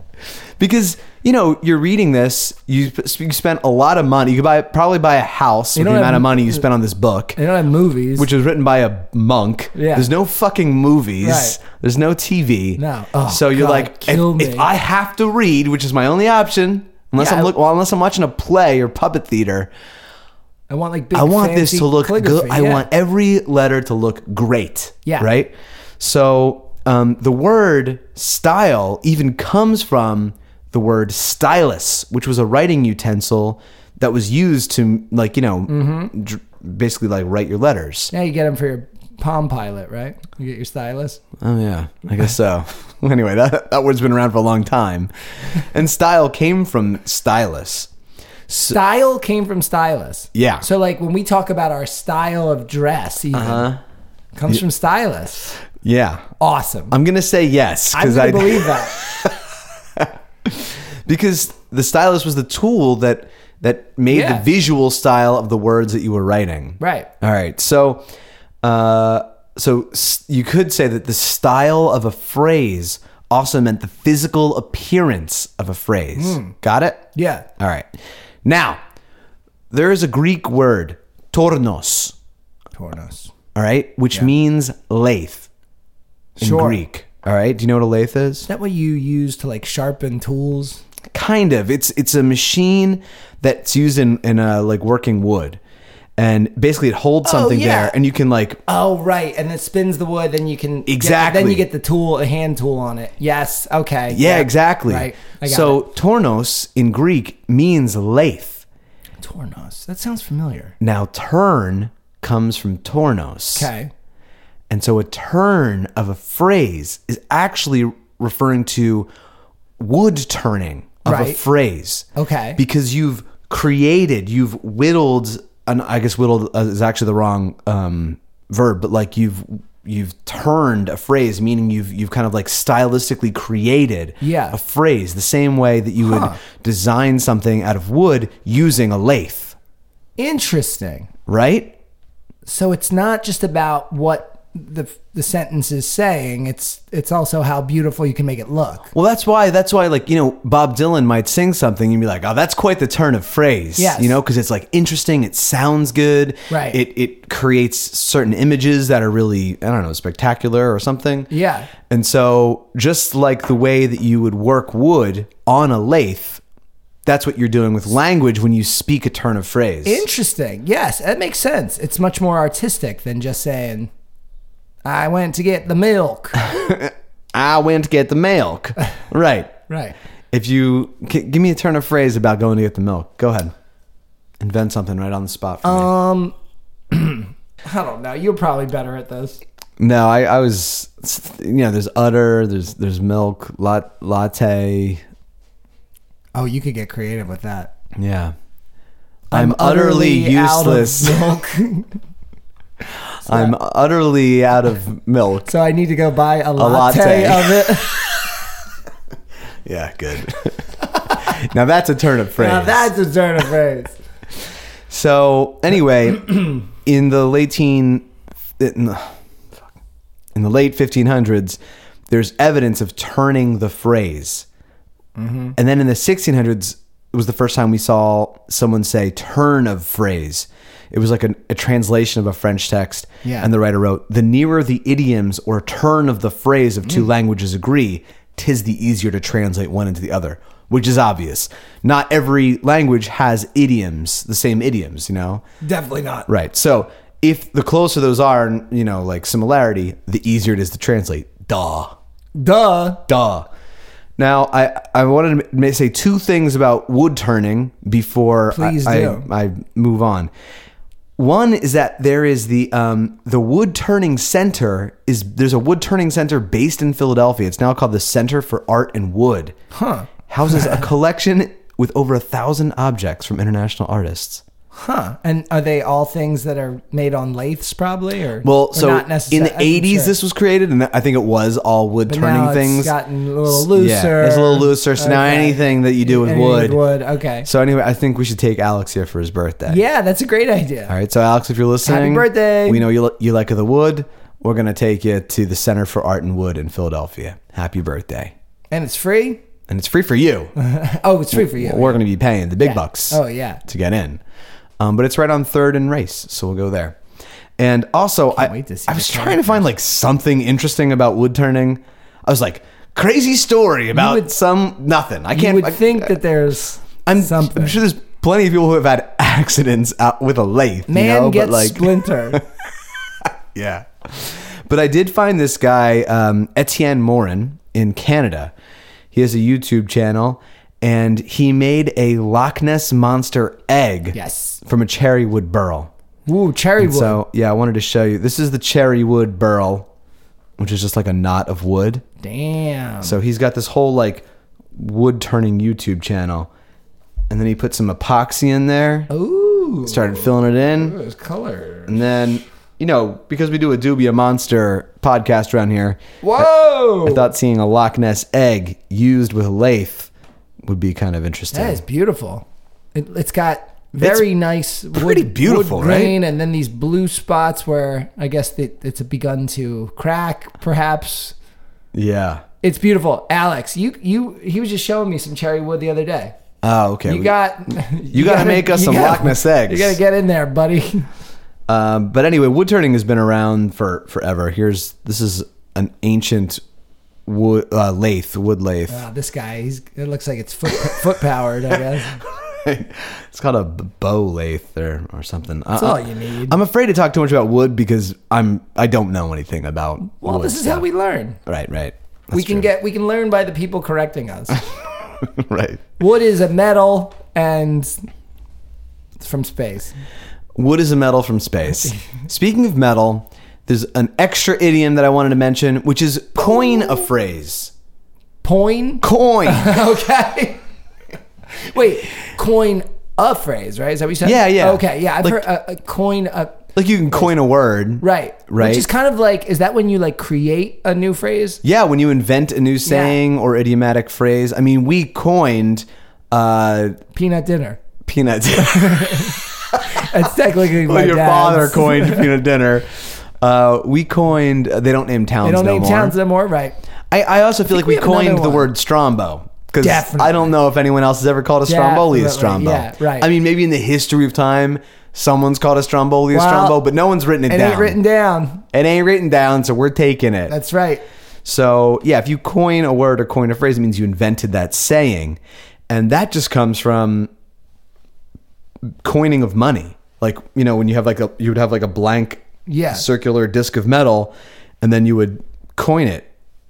because you know you're reading this, you, sp- you spent a lot of money. You could buy probably buy a house with the
don't
amount
have-
of money you spent on this book.
They don't have movies.
which was written by a monk.
Yeah.
There's no fucking movies.
Right.
There's no TV.
No. Oh,
so you're
God,
like,
kill
if,
me.
if I have to read, which is my only option, unless
Yeah,
I'm
I-
look, well, unless I'm watching a play or puppet theater,
I want like big.
I want this
fancy
to look good.
calligraphy,
I
yeah.
want every letter to look great.
Yeah.
Right. So um, the word style even comes from the word stylus, which was a writing utensil that was used to like you know
Mm-hmm.
dr- basically like write your letters.
Yeah, you get them for your Palm Pilot, right? You get your stylus.
Oh yeah, I guess so. anyway, that that word's been around for a long time, and style came from stylus.
Style came from stylus.
Yeah.
So like when we talk about our style of dress, even
Uh-huh.
comes from stylus.
Yeah,
Awesome.
I'm gonna say yes
I'm
because
gonna
I
believe that.
because the stylus was the tool that that made
Yeah.
the visual style of the words that you were writing.
Right.
All right. So, uh, so s- you could say that the style of a phrase also meant the physical appearance of a phrase.
Hmm.
Got it?
Yeah.
All right. Now, there is a Greek word, tornos,
Tornos.
all right, which means lathe in
Sure.
Greek. All right. Do you know what a lathe is?
Is that what you use to like sharpen tools?
Kind of. It's it's a machine that's used in in uh, like working wood, and basically it holds
Oh,
something
yeah.
there, and you can like
Oh right, and it spins the wood. Then you can get-
Exactly.
then you get the tool, a hand tool on it. Yes. Okay.
yeah, exactly.
Right. I got
so tornos in Greek means lathe.
it. Tornos. That sounds familiar.
Now turn comes from tornos.
Okay.
And so a turn of a phrase is actually referring to wood turning of a
Right.
phrase.
Okay.
Because you've created, you've whittled, and I guess whittled uh, is actually the wrong um, verb, but like you've you've turned a phrase, meaning you've you've kind of like stylistically created
Yeah.
a phrase the same way that you
Huh.
would design something out of wood using a lathe,
Interesting.
right?
So it's not just about what the the sentence is saying. It's it's also how beautiful you can make it look.
Well, that's why. That's why, like you know, Bob Dylan might sing something and be like, "Oh, that's quite the turn of phrase."
Yes.
you know, because it's like interesting. It sounds good.
Right.
It it creates certain images that are really I don't know spectacular or something.
Yeah.
And so, just like the way that you would work wood on a lathe, that's what you're doing with language when you speak a turn of phrase.
Interesting. Yes, that makes sense. It's much more artistic than just saying, "I went to get the milk."
I went to get the milk. right.
right.
If you g- give me a turn of phrase about going to get the milk, go ahead. Invent something right on the spot for me.
Um, I don't know. You're probably better at this.
No, I, I was, you know, there's utter, there's there's milk, lat, latte.
Oh, you could get creative with that.
Yeah. I'm, utterly,
out of
useless.
milk.
I'm utterly out of milk.
So I need to go buy a,
latte.
latte, of it.
Yeah, good. now that's a turn of phrase.
now that's a turn of phrase.
So anyway, in the late teen, in the, fuck. in the late 1500s, there's evidence of turning the phrase, and then in the 1600s it was the first time we saw someone say "turn of phrase." It was like an, a translation of a French text,
Yeah.
and the writer wrote, "The nearer the idioms or turn of the phrase of two languages agree, tis the easier to translate one into the other." Which is obvious. Not every language has idioms, the same idioms, you know.
Definitely not.
Right. So if the closer those are, and, you know, like similarity, the easier it is to translate. Duh.
Duh.
Duh. Now, I, I wanted to ma- say two things about wood turning before I-
Please
I,
do.
I, move on. One is that there is the um, the wood turning center is there's a wood turning center based in Philadelphia. It's now called the Center for Art and Wood.
Huh.
Houses a collection with over a thousand objects from international artists.
Huh. And are they all things that are made on lathes, probably? Or
Well,
or
so
not
in
necessar-
the
I'm
eighties,
sure.
this was created, and I think it was all wood
But
turning
now
things.
It's gotten a little
S-
looser.
Yeah, it's a little looser. So now
Okay.
anything that you do with
Anything
wood.
Wood. Okay.
So anyway, I think we should take Alex here for his birthday.
Yeah, that's a great idea.
All right. So Alex, if you're listening,
birthday.
We know you li- you like the wood. We're gonna take you to the Center for Art and Wood in Philadelphia. Happy birthday,
And it's free.
and it's free for you.
Oh, it's free for you.
We're gonna be paying the big
Yeah.
bucks
Oh yeah.
to get in. Um, but it's right on Third and Race, so we'll go there. And also, I,
wait to see
I
the
was trying to find like something interesting about wood turning. I was like, crazy story about
would-
some nothing. I
You
can't.
would
I,
think that there's
I'm,
something.
I'm sure there's plenty of people who have had accidents out with a lathe.
Man
you know?
gets
but like,
splintered.
yeah. But I did find this guy, um, Etienne Morin, in Canada. He has a YouTube channel, and he made a Loch Ness monster egg.
Yes.
From a cherry wood burl.
Ooh, cherry wood.
So yeah, I wanted to show you. This is the cherry wood burl, which is just like a knot of wood.
Damn.
So he's got this whole like wood turning YouTube channel, and then he put some epoxy in
Oh.
there,
Ooh.
started filling it in,
There's color.
and then you know because we do a Dubia Monster podcast around here,
Whoa.
I thought seeing a Loch Ness egg used with a lathe would be kind of interesting.
that is beautiful. It, it's got very nice, wood,
pretty beautiful,
wood
right?
grain, and then these blue spots where I guess that it's begun to crack, perhaps.
yeah.
It's beautiful, Alex. You you he was just showing me some cherry wood the other day.
Oh, okay.
You
We-
got
You gotta make us
you
some
gotta-
Loch Ness eggs.
You gotta get in there, buddy.
Um, but anyway, wood turning has been around for forever. Here's this is an ancient wood uh, lathe, wood lathe.
Wow, this guy, he's it looks like it's foot foot powered. I guess
it's called a b- bow lathe or, or something. That's
all you need.
I'm afraid to talk too much about wood because I'm I don't know anything about.
well,
wood
this is
stuff.
how we learn.
Right, right.
we
That's
can
true.
get we can learn by the people correcting us.
right.
Wood is a metal and it's from space.
Wood is a metal from space. Speaking of metal, there's an extra idiom that I wanted to mention, which is coin a phrase.
Coin.
Coin.
Okay. Wait, coin a phrase, right? Is that what you said?
Yeah, yeah.
Okay, yeah. I've
Like-
heard a, a coin a
like you can coin a word.
right,
Right.
Which is kind of like is that when you like create a new phrase?
Yeah, when you invent a new saying or idiomatic phrase. I mean, we coined uh,
Peanut dinner.
peanut.
It's technically Oh my
well, your
dad's.
father coined peanut dinner. Uh, we coined. uh, They don't name towns.
They don't
no
name
more.
towns no more, right?
I, I also feel like
we
we,
have
coined
another
the
one.
word strombo. Because
Definitely.
I don't know if anyone else has ever called a stromboli a
Definitely,
strombo.
yeah, right.
I mean, maybe in the history of time, someone's called a stromboli a
Well,
strombo, but no one's written it,
It
down.
ain't written down.
it ain't written down, so we're taking it.
That's right.
So, yeah, if you coin a word or coin a phrase, it means you invented that saying. And that just comes from coining of money. Like, you know, when you have like a you would have like a blank
Yeah.
circular disc of metal and then you would coin it.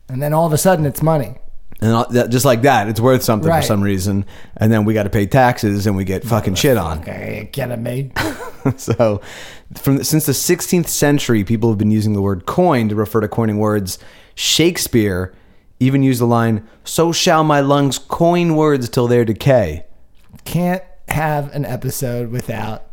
And then all of a sudden, it's money.
And all- that, just like that, it's worth something
Right.
for some reason. And then we got to pay taxes and we get fucking shit on.
Okay, are you kidding me?
so from since the 16th century people have been using the word coin to refer to coining words shakespeare even used the line so shall my lungs coin words till their decay
Can't have an episode without.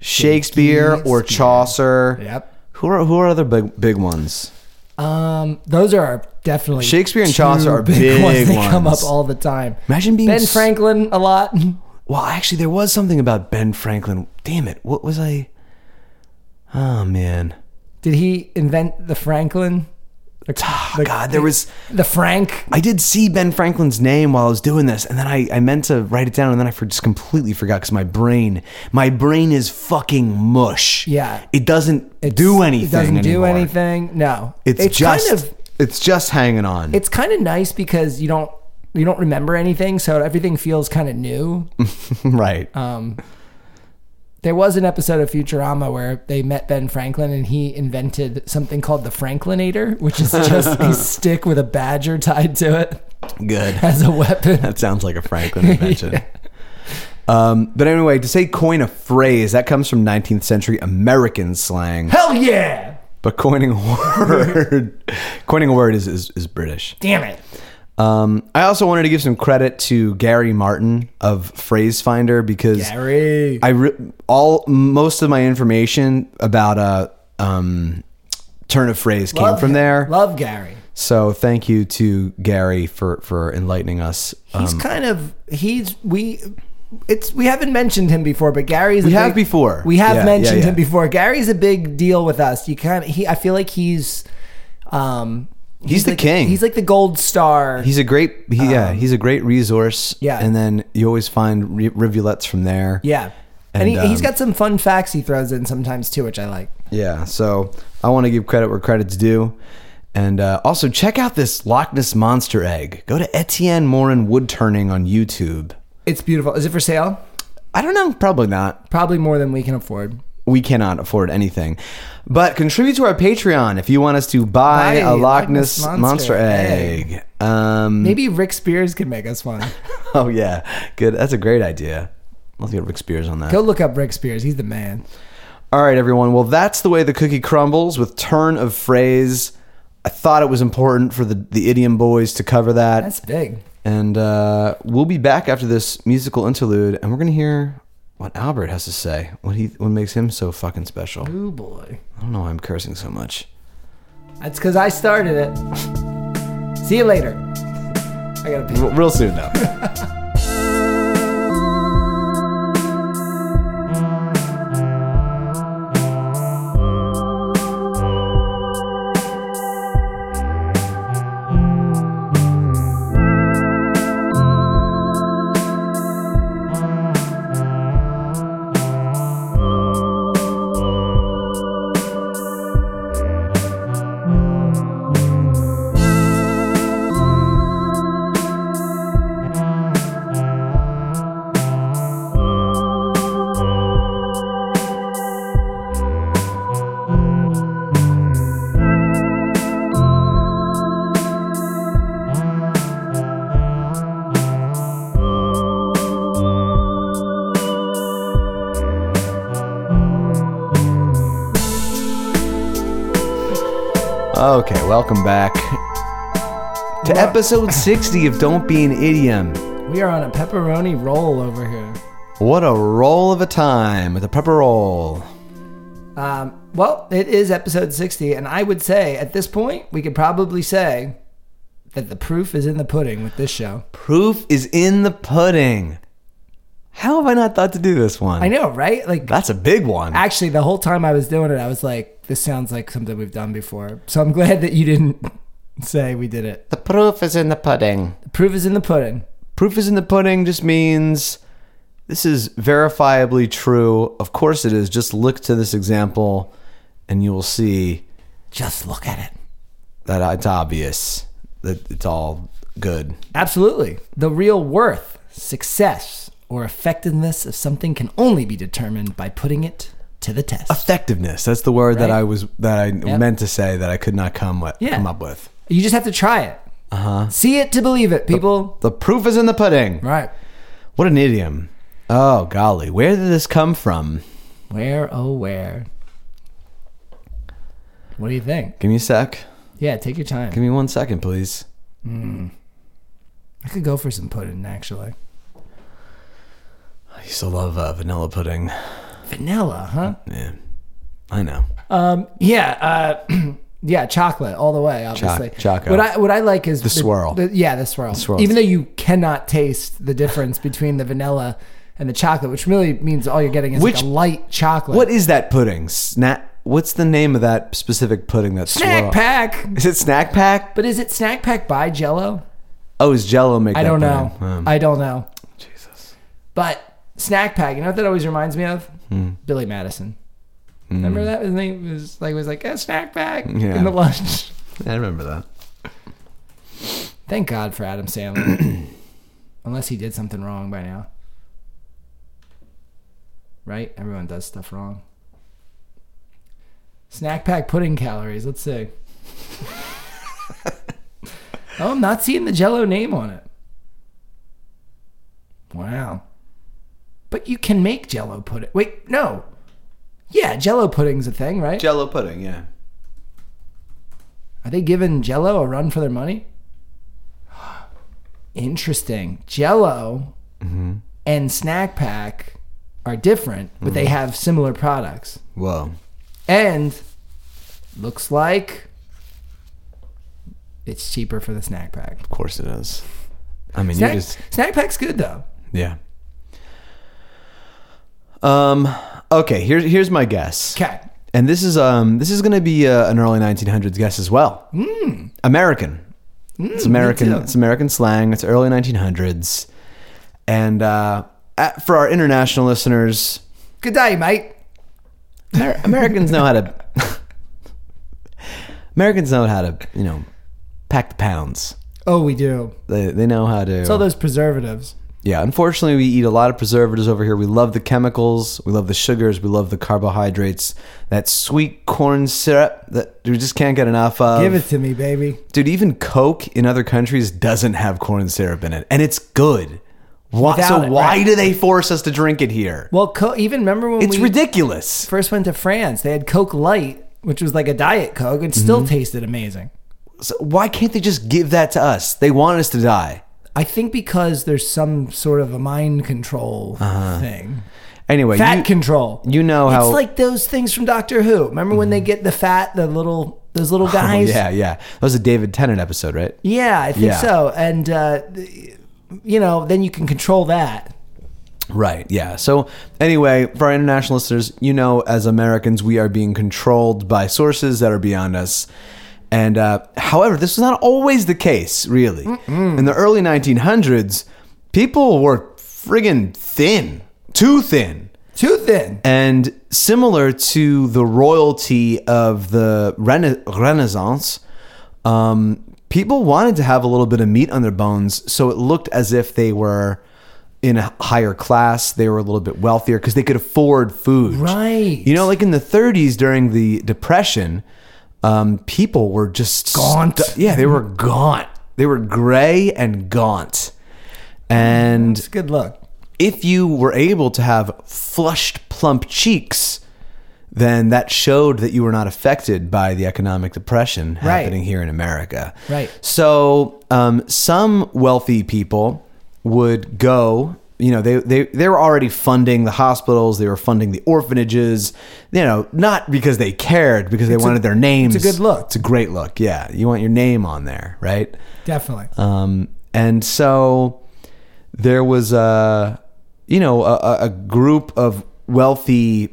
shakespeare or
Shakespeare.
chaucer
Yep.
Who are who are other big big ones?
Um, those are definitely
Shakespeare and
two
Chaucer are big
ones. They come up
ones.
all the time.
Imagine being
Ben
s-
Franklin a lot.
Well, actually, there was something about Ben Franklin. Damn it! What was I? Oh man!
Did he invent the Franklin?
Oh, God, there was.
The Frank?
I did see Ben Franklin's name while I was doing this, and then I, I meant to write it down, and then I for, just completely forgot because my brain, my brain is fucking mush.
Yeah.
it doesn't
It's-
do anything.
It doesn't do
anymore.
anything. No.
It's, just
kind of
it's just hanging on.
it's kind of nice because you don't you don't remember anything, so everything feels kind of new.
Mm. right.
Um, there was an episode of Futurama where they met Ben Franklin and he invented something called the Franklinator, which is just a stick with a badger tied to it
Good.
as a weapon.
That sounds like a Franklin invention. um, but anyway, to say coin a phrase that comes from 19th century American slang,
Hell yeah!
but coining a word, coining a word is is, is British.
Damn it.
Um, I also wanted to give some credit to Gary Martin of Phrase Finder because
Gary.
I re- all most of my information about uh, um, turn of phrase came
Love
from
him.
there.
Love Gary.
So thank you to Gary for for enlightening us. Um,
He's kind of he's we it's we haven't mentioned him before, but Gary's
We have before.
we have
Yeah,
mentioned
yeah, yeah.
him before. Gary's a big deal with us. You kind of he I feel like he's um he's,
the
like-
king.
He's like the gold star.
He's a great he, yeah. He's a great resource.
Um, yeah.
and then you always find re- rivulets from there.
yeah, and,
And,
he, he's
um,
got some fun facts he throws in sometimes too, which I like.
Yeah, so I want to give credit where credit's due. And uh, also, check out this Loch Ness Monster Egg. Go to Etienne Morin Wood Turning on YouTube.
It's beautiful. Is it for sale?
I don't know, probably not.
Probably more than we can afford.
We cannot afford anything. But contribute to our Patreon if you want us to buy,
Buy
a Loch Ness, Monster, Egg. Um,
Maybe Rick Spears could make us one.
Oh, yeah. Good. That's a great idea. Let's get Rick Spears on that.
Go look up Rick Spears. He's the man.
All right, everyone. Well, that's the way the cookie crumbles with turn of phrase. I thought it was important for the, the idiom boys to cover that.
That's big.
And uh, we'll be back after this musical interlude, and we're gonna hear what Albert has to say. What he what makes him so fucking special. I
Oh boy.
don't know why I'm cursing so much.
That's because I started it. See you later. I gotta pee.
Real- Real soon though. okay, welcome back to episode 60 of Don't Be an Idiom.
We are on a pepperoni roll over here.
What a roll of a time with a pepper roll.
Um, well, it is episode 60, and I would say at this point, we could probably say that the proof is in the pudding with this show.
Proof is in the pudding. How have I not thought to do this one?
I know, right? Like,
That's a big one.
actually, the whole time I was doing it, I was like, this sounds like something we've done before. So I'm glad that you didn't say we did it.
the proof is in the pudding.
The proof is in the pudding.
Proof is in the pudding just means this is verifiably true. Of course it is. Just look to this example and you will see
Just look at it.
that it's obvious that it's all good.
Absolutely. The real worth, success, or effectiveness of something can only be determined by putting it to the test.
Effectiveness. That's the word that
Right.
I was that I meant to say that I could not come with,
Yeah.
come up with.
You just have to try it. Uh huh. See it to believe it, people.
The proof is in the pudding.
Right.
What an idiom. Oh golly, where did this come from?
Where, oh, where? What do you think?
Give me a sec.
Yeah, take your time.
Give me one second, please.
I could go for some pudding, actually.
I used to love uh, vanilla pudding.
Vanilla, huh?
Yeah, I know.
Um, yeah, uh, yeah, chocolate all the way. Obviously,
choco.
What I what I like is the,
swirl.
the- yeah, the swirl.
swirl.
Even though you cannot taste the difference between the vanilla and the chocolate, which really means all you're getting is
Which-
like a light chocolate.
What is that pudding? Snack. What's the name of that specific pudding? That's
snack pack?
Is it snack pack?
But is it snack pack by Jello?
Oh, is Jello make?
I
that
don't know.
pudding? Um,
I don't know.
Jesus.
But snack pack, you know what that always reminds me of?
Hmm.
Billy Madison. Remember that? His name was like was like a snack pack
Yeah.
in the lunch.
I remember that.
Thank God for Adam Sandler. Unless he did something wrong by now. Right? Everyone does stuff wrong. Snack pack pudding calories. Let's see. oh, I'm not seeing the jello name on it. Wow. But you can make jello pudding. Wait, no. Yeah, jello pudding's a thing, right?
Jello pudding. Yeah.
Are they giving Jello a run for their money? Interesting. Jello
Mm-hmm.
and Snack Pack are different, but they have similar products.
Whoa.
And looks like it's cheaper for the Snack Pack.
Of course it is. I mean,
Snack,
you just
snack Pack's good though.
yeah. Um. Okay. Here's here's my guess.
Okay.
and this is um this is going to be uh, an early 1900s guess as well. American. it's American.
Hmm. too.
It's American slang. It's early 1900s, and uh, at, for our international listeners,
Good day, mate.
Amer- Americans know how to. Americans know how to you know pack the pounds.
Oh, we do.
They they know how to.
It's all those preservatives.
Yeah, unfortunately, we eat a lot of preservatives over here. We love the chemicals, we love the sugars, we love the carbohydrates. That sweet corn syrup that we just can't get enough of.
Give it to me, baby.
Dude, even Coke in other countries doesn't have corn syrup in it, and it's good. Why,
Without
so
it,
why
right.
do they force us to drink it here?
Well, co- even remember when
It's
we
ridiculous.
first went to France, they had Coke Light, which was like a diet Coke, and still tasted amazing.
So why can't they just give that to us? They want us to die.
I think because there's some sort of a mind control thing,
Anyway,
fat
Uh-huh. you,
control.
you know how Mm-hmm.
it's like those things from Doctor Who. Remember when they get the fat, the little those little
Oh,
guys?
yeah, yeah. That was a David Tennant episode, right?
Yeah, I think
Yeah.
so. And uh, th- you know, then you can control that.
Right, yeah. So, anyway, for our international listeners, you know, as Americans, we are being controlled by sources that are beyond us. And, uh, however, this was not always the case, really. In the early 1900s, people were friggin' thin, too thin.
Too thin.
And similar to the royalty of the rena- Renaissance, um, people wanted to have a little bit of meat on their bones, so it looked as if they were in a higher class. They were a little bit wealthier because they could afford food.
Right.
You know, like in the 30s during the Depression, um, people were just
Gaunt.
stu- yeah, they were gaunt. They were gray and gaunt. And
It's a good look.
if you were able to have flushed, plump cheeks, then that showed that you were not affected by the economic depression
Right.
happening here in America.
Right.
So um, some wealthy people would go. You know, they, they they were already funding the hospitals. They were funding the orphanages. You know, not because they cared, because they wanted their names.
it's a good look.
It's a great look. Yeah, you want your name on there, right?
Definitely.
Um, and so there was a, you know, a- a, a group of wealthy,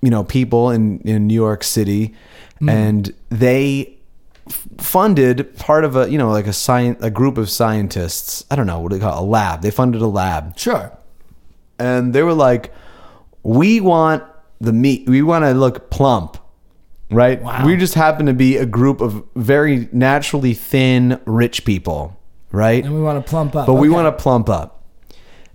you know, people in, in New York City,
Mm-hmm.
and they f- funded part of a, you know, like a science, a group of scientists. I don't know what do they call it, a lab. They funded a lab,
sure.
and they were like, "We want the meat. We want to look plump." Right?
Wow.
We just happen to be a group of very naturally thin, rich people, right?
And we want to plump up.
but we want to plump up.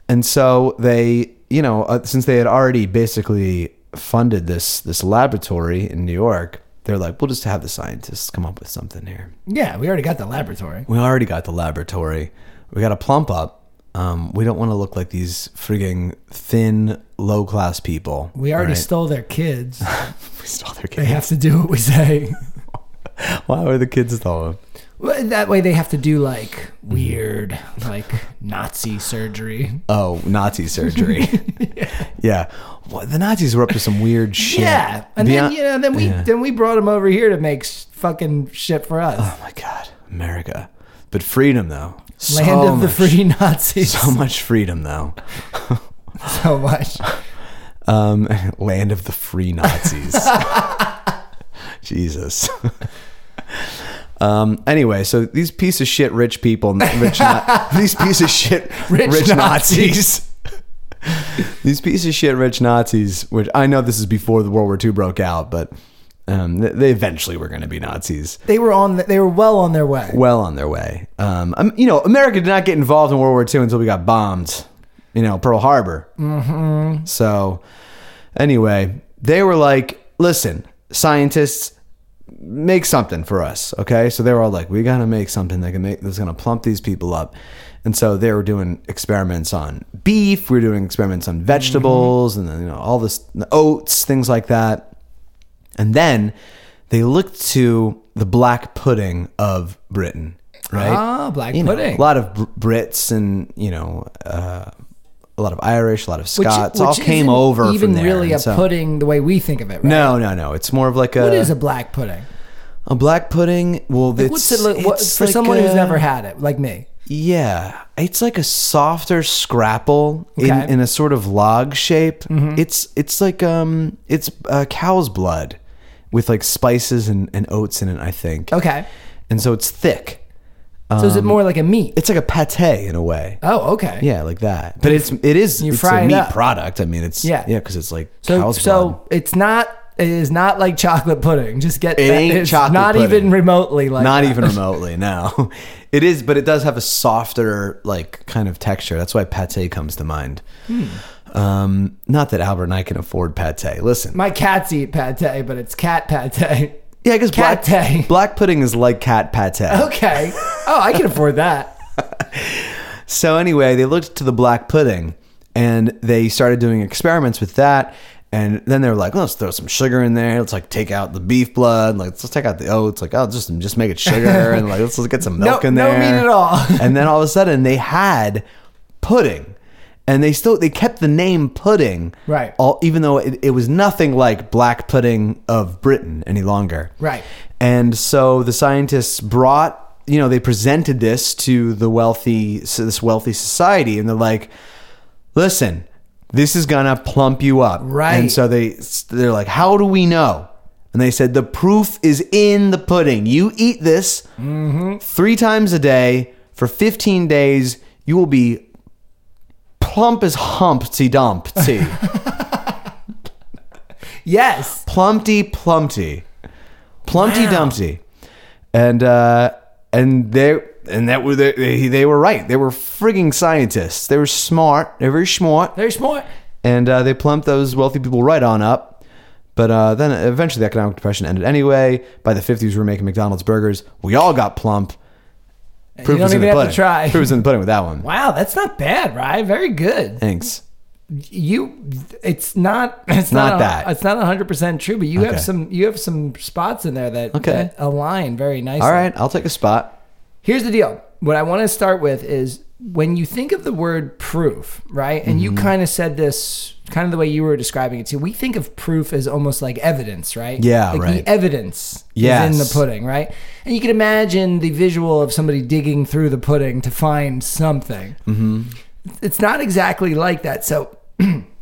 And so they, you know, uh, since they had already basically funded this this laboratory in New York, they're like, we'll just have the scientists come up with something here.
Yeah, we already got the laboratory.
We already got the laboratory. We got to plump up. Um, we don't want to look like these frigging thin, low class people.
We already
right?
stole their kids.
we stole their
they
kids.
have to do what we say.
Why were the kids stolen?
Well, That way they have to do like weird, like Nazi surgery.
Oh, Nazi surgery. yeah. Well, the Nazis were up to some weird shit.
Yeah, and then
Beyond-
you know, then we
Yeah.
then we brought him over here to make s- fucking shit for us.
Oh my God, America! But freedom though, so
Land of the
much-
free Nazis.
So much freedom though.
so much.
Um, land of the free Nazis. Jesus. Um, anyway, so these piece of shit rich people, rich Na- these piece of shit
Rich
rich, Nazis. these piece of shit rich Nazis, which I know this is before the World War II broke out, but um, th- they eventually were going to be Nazis
They were on. The, they were well on their way.
well on their way. Um, um, you know, America did not get involved in World War II until we got bombed. You know, Pearl Harbor. Mm-hmm. So, anyway, they were like, "Listen, scientists, make something for us." Okay, so they were all like, "We gotta make something that can make that's gonna plump these people up." And so they were doing experiments on beef. We were doing experiments on vegetables,
Mm-hmm.
and then you know all this oats, things like that. And then they looked to the black pudding of Britain, right?
Ah, black
You know,
pudding.
a lot of Br- Brits and, you know, uh, a lot of Irish, a lot of Scots all
which
came
isn't
over from
Even
there.
really
and
a
so-
pudding the way we think of it. Right?
No, no, no. It's more of like a
What is a black pudding?
a black pudding. Well, it's,
What's it look? What,
it's
for
like
someone who's
a-
never had it, like me.
Yeah, it's like a softer scrapple in,
Okay. Mm-hmm.
in a sort of log shape. It's it's like um it's uh, cow's blood with like spices and, and oats in it, I think.
Okay.
and so it's thick.
So
Um,
is it more like a meat?
It's like a pate in a way.
Oh, okay.
Yeah, like that. But it's it is
You
it's
fry
a
it
meat
up.
product. I mean, it's
Yeah.
yeah, yeah, because it's like
So
cow's
so
blood.
it's not. It is not like chocolate pudding. Just get
It
that.
ain't
it's
chocolate
Not
pudding.
even remotely like.
Not
that.
even remotely. No, it is, but it does have a softer like kind of texture. That's why pate comes to mind.
Hmm.
Um, not that Albert and I can afford pate. Listen,
My cats eat pate, but it's cat pate.
yeah, I guess black,
Pate.
black pudding is like cat pate.
Okay. Oh, I can afford that.
So anyway, they looked to the black pudding and they started doing experiments with that. And then they were like, let's throw some sugar in there. Let's like take out the beef blood. Like let's take out the oats. Like oh, just just make it sugar and like let's, let's get some milk in
no
there.
meat at all.
and then all of a sudden they had pudding, and they still they kept the name pudding
Right.
All even though it, it was nothing like black pudding of Britain any longer.
Right.
And so the scientists brought, you know, they presented this to the wealthy, so this wealthy society, and they're like, "Listen, this is gonna plump you up."
Right.
And so they they're like, "How do we know?" And they said, "The proof is in the pudding. You eat this
Mm-hmm.
three times a day for 15 days. You will be plump as humpty dumpty,
Yes.
plumpty plumpty, plumpty dumpty." and uh, and they and that were they, they they were right. They were frigging scientists. They were smart. They were very smart,
Very smart.
and uh, they plumped those wealthy people right on up. But uh, then eventually, the economic depression ended anyway. By the fifties, we were making McDonald's burgers. We all got plump. Proof
don't
was in
even have
the
to
pudding.
try.
Proof was in the pudding with that one.
Wow, that's not bad, right? Very good.
Thanks.
You, it's not. It's
Not
not, a-
that.
It's not one hundred percent true, but you
Okay.
have some. You have some spots in there that,
Okay.
that align very nicely.
All right, I'll take a spot.
Here's the deal. What I want to start with is when you think of the word proof, right? And
Mm-hmm.
you kind of said this kind of the way you were describing it too. We think of proof as almost like evidence, right?
Yeah,
like
right.
The evidence
Yes.
is in the pudding, right? And you can imagine the visual of somebody digging through the pudding to find something. Mm-hmm. It's not exactly like that. So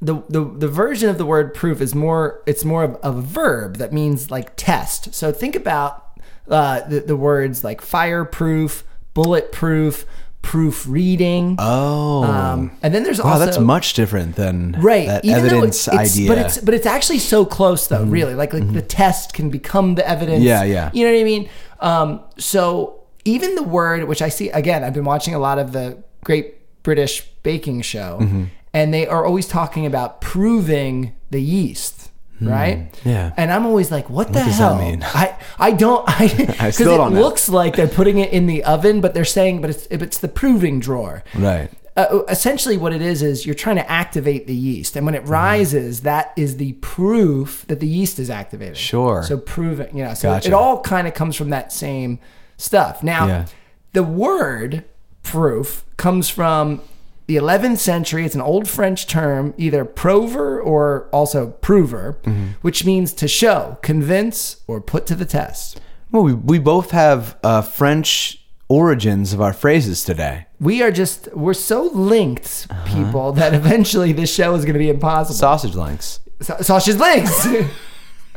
the, the the version of the word proof is more it's more of, of a verb that means like test. So think about uh, the, the words like fireproof, bulletproof, proofreading,
Oh,
um, and then there's
wow,
also
that's much different than
right
that
even though
evidence
it's,
idea. Mm-hmm.
But it's but it's actually so close though, really. Like like the test can become the evidence.
Yeah, yeah.
You know what I mean? Um, so even the word, which I see again, I've been watching a lot of the Great British Baking Show,
Mm-hmm.
and they are always talking about proving the yeast. Right.
Hmm. yeah.
And I'm always like, what, the
does that
hell?
mean?
I I don't I
I
because
still
it
don't know.
looks like they're putting it in the oven, but they're saying, but it's it's the proving drawer
right.
uh, essentially what it is is you're trying to activate the yeast and when
Mm-hmm.
it rises that is the proof that the yeast is activated
Sure.
so proving you know so
Gotcha.
it all kind of comes from that same stuff now
Yeah.
the word proof comes from the 11th century. It's an old French term, either prover or also prover,
Mm-hmm.
which means to show, convince, or put to the test.
Well, we, we both have uh, French origins of our phrases today.
We are just, we're so linked,
Uh-huh.
people, that eventually this show is going to be impossible.
Sausage links.
Sa- sausage links.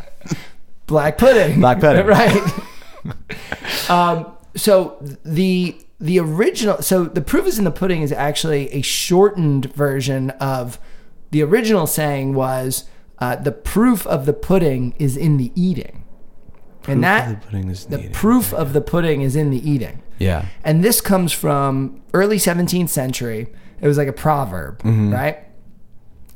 Black pudding.
Black pudding.
right. um, so the the original so the proof is in the pudding is actually a shortened version of the original saying was uh, the proof of the pudding is in the eating. and that
the pudding is in
the
the eating.
proof of the pudding is in the eating.
Yeah.
And this comes from early 17th century. It was like a proverb,
Mm-hmm.
right?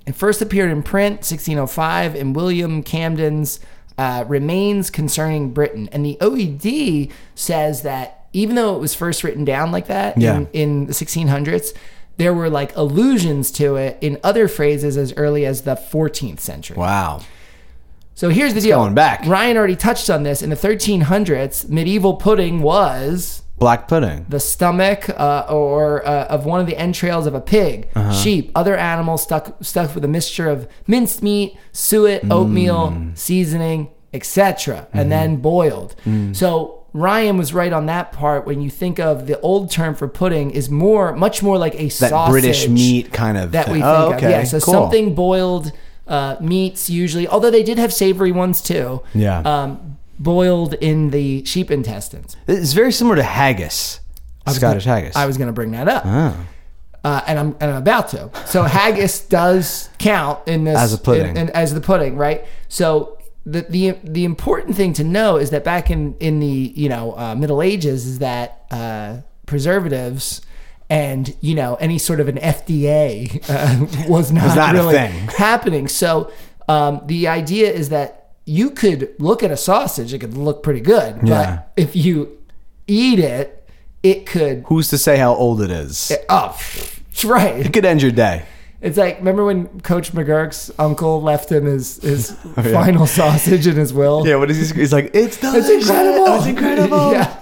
It first appeared in print 1605 in William Camden's uh, Remains Concerning Britain. And the OED says that even though it was first written down like that
Yeah.
in, in the 1600s, there were like allusions to it in other phrases as early as the 14th century.
Wow.
So here's the deal.
going back.
Ryan already touched on this. In the 1300s, medieval pudding was
Black pudding.
the stomach uh, or uh, of one of the entrails of a pig,
Uh-huh.
sheep, other animals stuck stuffed with a mixture of minced meat, suet,
Mm.
oatmeal, seasoning, etc.,
Mm-hmm.
and then boiled.
Mm.
So Ryan was right on that part. When you think of the old term for pudding, is more much more like a
That
sausage
British meat kind of
that
thing.
we think
oh, okay.
of. Yeah, so
cool.
something boiled uh, meats usually, although they did have savory ones too.
Yeah.
um, boiled in the sheep intestines.
It's very similar to haggis. Scottish haggis.
I was going to bring that up.
Oh.
uh, and I'm and I'm about to. So haggis does count in this
As a pudding.
in- in- as the pudding, right? So the the the important thing to know is that back in in the you know uh, Middle Ages is that uh, preservatives. And you know any sort of an FDA uh, was not,
not a
really
thing.
happening. So um, the idea is that you could look at a sausage; it could look pretty good,
Yeah.
but if you eat it, it could
Who's to say how old it is? It
oh, right.
could end your day.
It's like remember when Coach McGurk's uncle left him his his
Oh, yeah.
final sausage in his will.
Yeah, what is he? He's like, it's
it's
delicious.
incredible.
It's incredible.
yeah.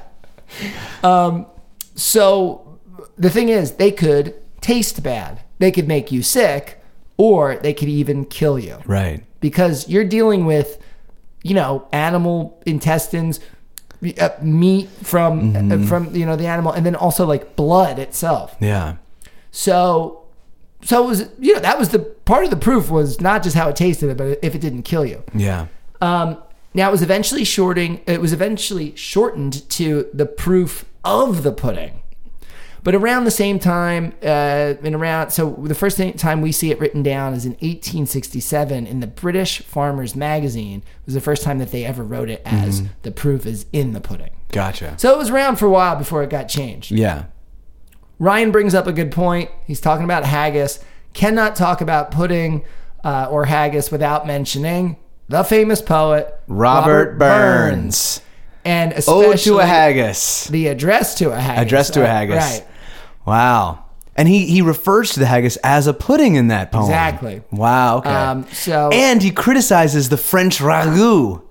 Um. So the thing is, they could taste bad. They could make you sick, or they could even kill you
Right.
because you're dealing with, you know, animal intestines, uh, meat from
Mm-hmm.
uh, from you know the animal, and then also like blood itself.
Yeah.
So, so it was you know that was the part of the proof was not just how it tasted, but if it didn't kill you.
Yeah.
Um, now it was eventually shorting. It was eventually shortened to the proof of the pudding. But around the same time, uh, and around so the first thing, time we see it written down is in 1867 in the British Farmers Magazine. It was the first time that they ever wrote it as the proof is in the pudding.
Gotcha.
So it was around for a while before it got changed.
Yeah.
Ryan brings up a good point. He's talking about haggis. Cannot talk about pudding uh, or haggis without mentioning the famous poet
Robert, Burns.
and
Oh,
especially
to a haggis.
the address to a haggis.
Address to a
Uh,
haggis.
Right.
Wow. And he, he refers to the haggis as a pudding in that poem.
Exactly.
Wow. Okay.
Um, so
and he criticizes the French ragout.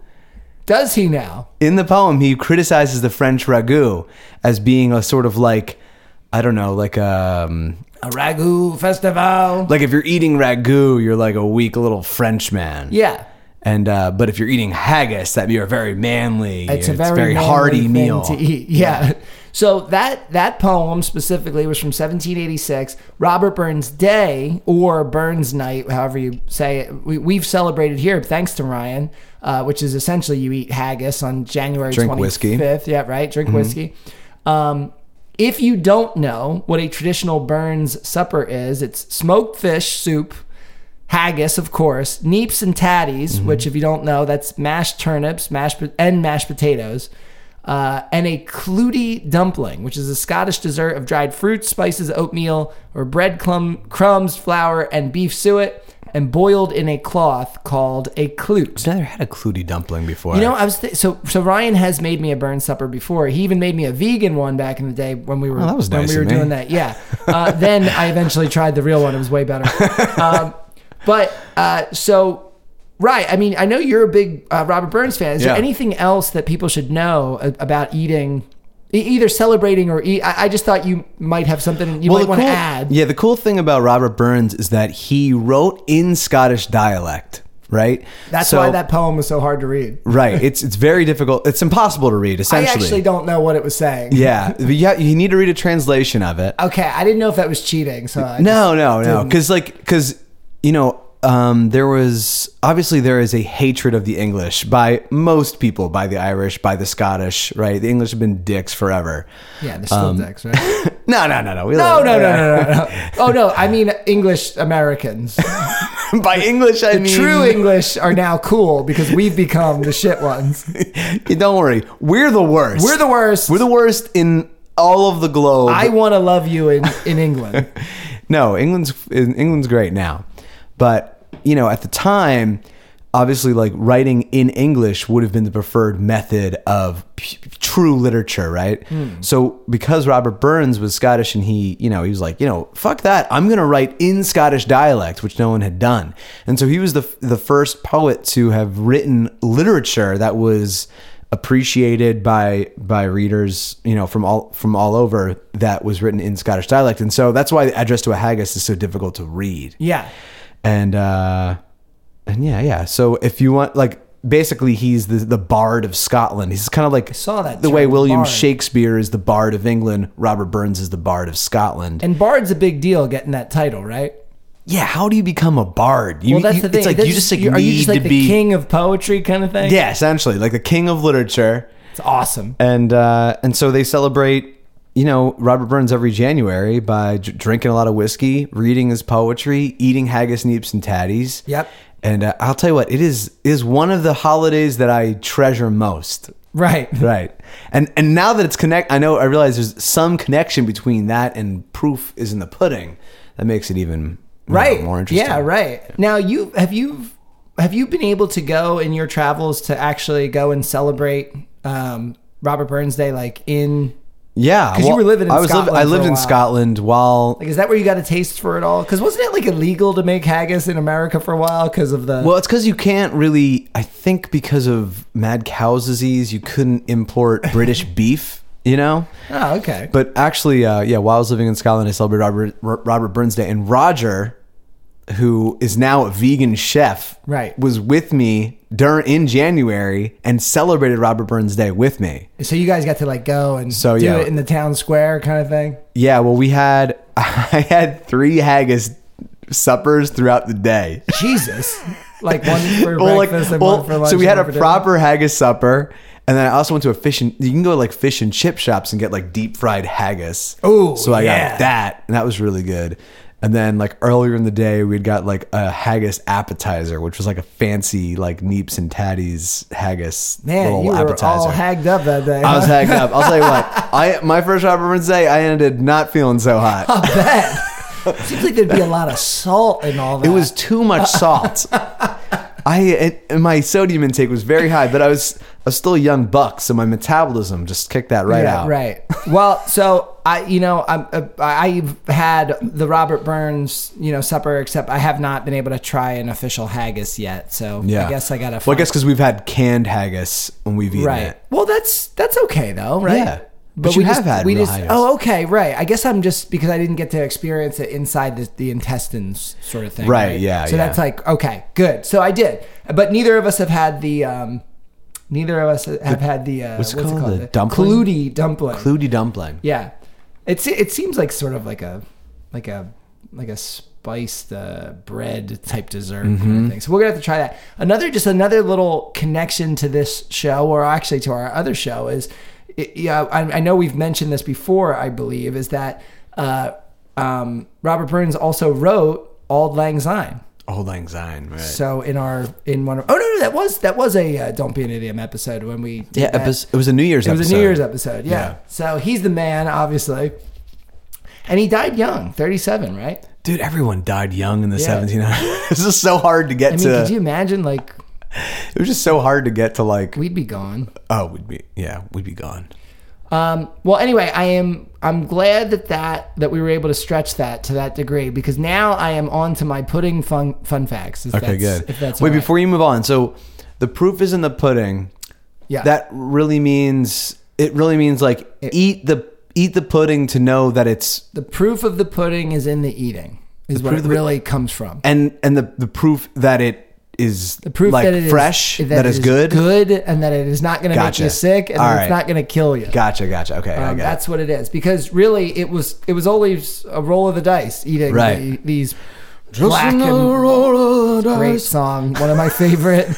does he now?
in the poem he criticizes the french ragout as being a sort of like i don't know like um
A ragu festival.
like if you're eating ragout you're like a weak little french man
yeah.
and uh but if you're eating haggis that you're very manly
It's a very, manly
hearty
thing
meal
to eat. Yeah. So that that poem specifically was from 1786. Robert Burns Day or Burns Night, however you say it, we, we've celebrated here thanks to Ryan, uh, which is essentially you eat haggis on January
Drink
25th.
whiskey.
Yeah, right. Drink whiskey. Um, if you don't know what a traditional Burns supper is, it's smoked fish soup, haggis, of course, neeps and tatties, which, if you don't know, that's mashed turnips mashed po- and mashed potatoes, uh, and a clouty dumpling, which is a Scottish dessert of dried fruits, spices, oatmeal, or bread clum- crumbs, flour, and beef suet, and boiled in a cloth called a clute.
i've never had a clouty dumpling before
You know, I was th- so so. Ryan has made me a burn supper before. He even made me a vegan one back in the day when we were
Oh, that was
when
nice
we
of
were
me.
doing that. Yeah. Uh, then I eventually tried the real one. It was way better. Um, but uh, so right. I mean, I know you're a big uh, Robert Burns fan. Is there
Yeah.
anything else that people should know a- about eating E- Either celebrating or e- I I just thought you might have something you might want to
cool,
add.
Yeah, the cool thing about Robert Burns is that he wrote in Scottish dialect, right?
That's
So-
why that poem was so hard to read.
Right. It's it's very difficult. It's impossible to read.
I
Essentially.
actually don't know what it was saying.
Yeah, but yeah, you need to read a translation of it.
Okay, I didn't know if that was cheating. So I
no, no, no, because like because you know um, there was obviously there is a hatred of the English by most people, by the Irish, by the Scottish, right? The English have been dicks forever.
Just, yeah, there's still
Um,
dicks, right?
No, no, no, no. We
No,
love-
no, no, no, no, no. Oh no, I mean English Americans.
by English, I mean
True English are now cool because we've become the shit ones.
Don't worry, we're the worst.
We're the worst.
We're the worst in all of the globe.
I want to love you in in England.
no, England's England's great now, but you know at the time, obviously like writing in English would have been the preferred method of p- true literature, right?
Hmm.
So because Robert Burns was Scottish and he, you know, he was like, you know, fuck that, I'm gonna write in Scottish dialect, which no one had done, and so he was the the first poet to have written literature that was appreciated by by readers, you know, from all from all over that was written in Scottish dialect, and so that's why the Address to a Haggis is so difficult to read.
Yeah.
And uh, and yeah, yeah. So if you want, like, basically, he's the the Bard of Scotland. He's kind of like
saw that
the
term,
way William
bard.
Shakespeare is the Bard of England, Robert Burns is the Bard of Scotland.
And Bard's a big deal getting that title, right?
yeah, how do you become a bard? You,
Well, that's
you-
the thing.
It's like
That's
you just like,
are you
need
just like
to
the
be
king of poetry kind of thing?
yeah, essentially like the king of literature.
It's awesome.
and uh, and so they celebrate you know Robert Burns every January by j- drinking a lot of whiskey, reading his poetry, eating haggis, neeps, and tatties.
Yep.
And uh, I'll tell you what, it is is one of the holidays that I treasure most.
Right.
Right. And and now that it's connect, I know I realize there's some connection between that and proof is in the pudding. That makes it even you know,
Right.
more interesting.
Yeah, right. Now you have you have you been able to go in your travels to actually go and celebrate um, Robert Burns Day like in
Yeah,
'Cause you were living in
I was
Scotland
I
for a
lived in
while.
Scotland while
Like, is that where you got a taste for it all? Because wasn't it like illegal to make haggis in America for a while because of the?
Well, it's because you can't really. I think because of mad cow's disease, you couldn't import British beef. You know,
oh, okay.
but actually, uh, yeah. While I was living in Scotland, I celebrated Robert, R- Robert Burns Day, and Roger, who is now a vegan chef,
Right.
was with me during in January and celebrated Robert Burns Day with me.
so you guys got to like go and
So,
do
yeah.
it in the town square kind of thing.
Yeah, well, we had I had three haggis suppers throughout the day.
Jesus, like one for
well, like,
breakfast and
well,
one for lunch.
so we
and
had
one
a
for dinner.
proper haggis supper, and then I also went to a fish and you can go to like fish and chip shops and get like deep fried haggis.
Ooh,
so I
yeah.
got that, and that was really good. And then like earlier in the day, we'd got like a haggis appetizer, which was like a fancy like neeps and tatties haggis
man.
little
You were
appetizer.
all hagged up that day.
I was
huh?
hagged up. I'll tell you what. I my first Robert Burns day, I ended not feeling so hot.
I bet. Seems like there'd be a lot of salt in all that.
It was too much salt. I it, and my sodium intake was very high, but I was I was still a young buck, so my metabolism just kicked that right
yeah,
out.
Right. Well, so I, you know, I'm, uh, I've had the Robert Burns, you know, supper, except I have not been able to try an official haggis yet. So
Yeah.
I guess I got to.
Well, I guess because we've had canned haggis when we've eaten
right.
it.
Well, that's that's okay though, right?
Yeah. But
we
you have
just,
had
we
real
just,
haggis.
Oh, okay, right. I guess I'm just because I didn't get to experience it inside the, the intestines, sort of thing.
Right, yeah,
So
yeah.
that's like okay, good. So I did, but neither of us have had the. um Neither of us have had the uh,
what's it called? The dumpling?
Cludi dumpling.
Cludy dumpling.
Yeah, it se- it seems like sort of like a like a like a spiced uh, bread type dessert
Mm-hmm.
kind of thing. So we're gonna have to try that. Another just another little connection to this show, or actually to our other show, is it, yeah. I, I know we've mentioned this before. I believe is that uh, um, Robert Burns also wrote Auld Lang Syne.
Old Lang Syne. Right.
So in our in one of oh no no that was that was a uh, Don't Be an Idiom episode when we did
yeah,
that.
it was, it was a New Year's
It
episode.
was a New Year's episode, yeah.
Yeah.
So he's the man, obviously. And he died young, 37, right?
Dude, everyone died young in the
Yeah.
1700s. this is so hard to get
I mean,
to.
could you imagine, like,
it was just so hard to get to like,
we'd be gone.
oh, we'd be, yeah, we'd be gone.
Um, well, anyway, I am, I'm glad that, that that we were able to stretch that to that degree because now I am on to my pudding fun, fun facts. If
Okay,
that's,
good.
If that's
Wait,
all right.
before you move on, so the proof is in the pudding.
Yeah.
That really means It really means like eat the eat the pudding to know that it's
The proof of the pudding is in the eating, is where it
proof of the-
really comes from.
and and the the proof that it is
The proof
like
that it is
fresh that
it
is, good.
good, and that it is not going to make
Gotcha.
you sick, and
All
that
right.
it's not going to kill you.
Gotcha, gotcha. Okay, I
Um,
got it.
that's what it is because really it was it was always a roll of the dice eating
Right.
the, these black and great song one of my favorite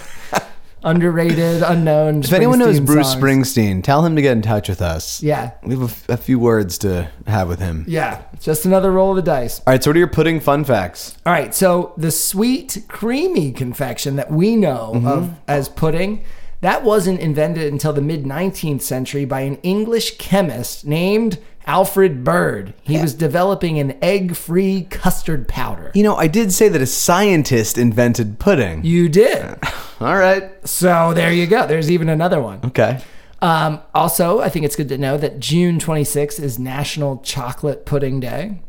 underrated unknown
If anyone knows
Springsteen
Bruce
songs.
Springsteen, tell him to get in touch with us.
yeah
We have a f- a, few words to have with him.
yeah just another roll of the dice
All right, so what are your pudding fun facts?
All right, so the sweet, creamy confection that we know
Mm-hmm.
of as pudding, that wasn't invented until the mid 19th century by an English chemist named Alfred Bird. He was developing an egg free custard powder.
You know, I did say that a scientist invented pudding.
You did.
All right.
So there you go. There's even another one.
Okay.
Um, also, I think it's good to know that June 26th is National Chocolate Pudding Day.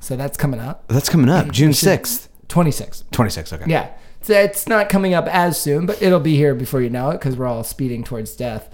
So that's coming up.
That's coming up June 6th.
26th.
26, okay.
Yeah. So it's not coming up as soon, but it'll be here before you know it because we're all speeding towards death.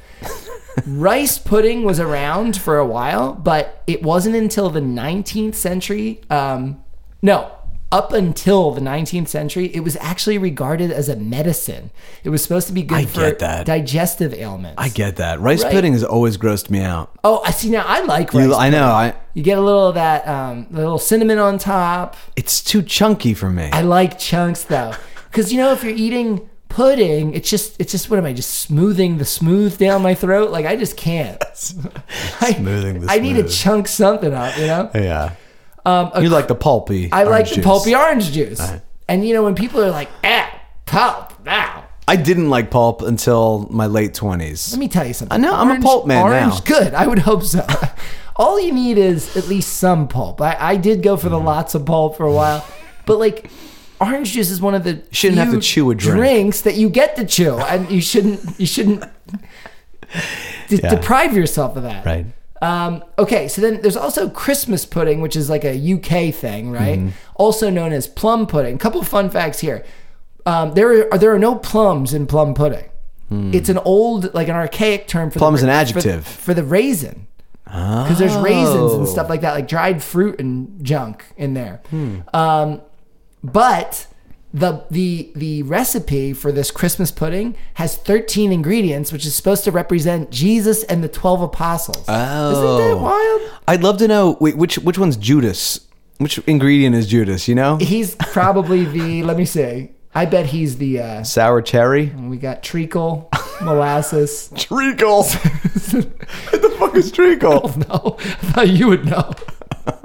Rice pudding was around for a while, but it wasn't until the 19th century. Um, no, up until the 19th century, it was actually regarded as a medicine. It was supposed to be good
I
for
get that.
digestive ailments.
I get that. Rice
Right.
pudding has always grossed me out.
oh, I see. Now I like rice.
You-
You,
I know. I
get a little of that, um, a little cinnamon on top.
It's too chunky for me.
I like chunks though, because you know if you're eating pudding, it's just it's just what am I just smoothing the smooth down my throat? Like I just can't.
Smoothing the
I need to
smooth.
chunk something up, you know.
yeah.
Um, a-
You like the pulpy.
I like
orange
the
juice.
pulpy orange juice, and you know when people are like, "Ah, pulp now."
I didn't like pulp until my late 20s.
Let me tell you something.
I know, I'm a pulp man
orange,
now.
good. I would hope so. All you need is at least some pulp. I, I did go for the
Mm-hmm.
lots of pulp for a while, but like orange juice is one of the
Shouldn't have
few
to chew a drink.
drinks that you get to chew, and you shouldn't you shouldn't de-
Yeah.
deprive yourself of that.
Right.
Um, okay, so then there's also Christmas pudding, which is like a UK thing, right?
Mm-hmm.
Also known as plum pudding. Couple fun facts here: um, there are there are no plums in plum pudding. It's an old, like an archaic term for
Hmm. Plum is
the,
an
for-
adjective.
for, the raisin, because there's raisins and stuff like that, like dried fruit and junk in there.
Hmm.
Um, but the the the recipe for this Christmas pudding has 13 ingredients, which is supposed to represent Jesus and the 12 apostles.
Oh.
Isn't that wild?
I'd love to know wait, which which one's Judas? Which ingredient is Judas, you know?
He's probably the. let me see. I bet he's the. Uh,
Sour cherry?
we got treacle, molasses.
Treacle. what the fuck is treacle?
Oh, No, I thought you would know.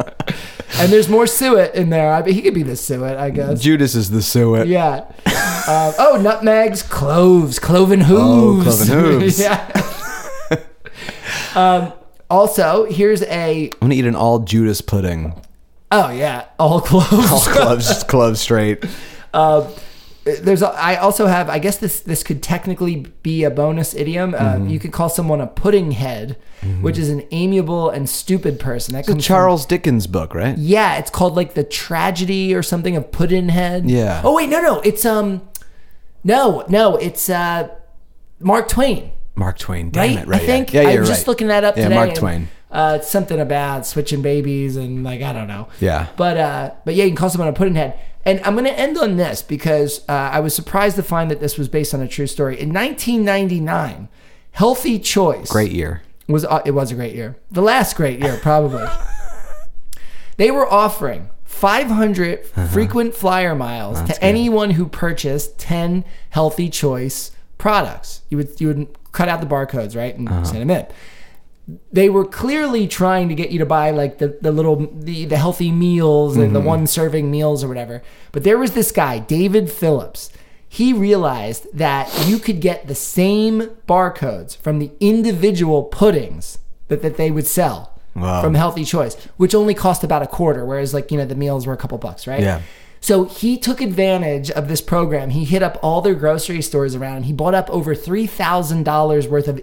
and there's more suet in there. I mean, he could be the suet, I guess.
Judas is the suet.
Yeah. Uh, oh, nutmegs, cloves, cloven
Oh,
hooves.
cloven hooves.
yeah. um, also, here's a.
I'm gonna eat an all Judas pudding.
Oh yeah, all cloves.
All clubs, just clubs straight.
Uh, there's a, I also have I guess this this could technically be a bonus idiom. Uh,
Mm-hmm.
You could call someone a pudding head, which is an amiable and stupid person. That comes from-
Charles Dickens book, right?
yeah, it's called like the tragedy or something of pudding head.
Yeah.
Oh wait, no, no, it's um, no, no, it's uh, Mark Twain.
Mark Twain.
Right?
Damn it, right?
I think
yeah, yeah,
I'm
you're
just
right.
looking that up
Yeah,
today.
Mark
and,
Twain.
uh, it's something about switching babies and like I don't know.
Yeah.
But uh, but yeah, you can call someone a pudding head. And I'm going to end on this because uh, I was surprised to find that this was based on a true story. In 1999, Healthy Choice
Great year.
was uh, it was a great year, the last great year probably. they were offering 500 frequent flyer miles to anyone who purchased 10 Healthy Choice products. You would you would cut out the barcodes right and send them in they were clearly trying to get you to buy like the, the little the, the healthy meals and the
Mm-hmm.
one serving meals or whatever but there was this guy david phillips he realized that you could get the same barcodes from the individual puddings that, that they would sell
Wow.
from healthy choice which only cost about a quarter whereas like you know the meals were a couple bucks right
Yeah.
so he took advantage of this program. He hit up all their grocery stores around and he bought up over $3,000 worth of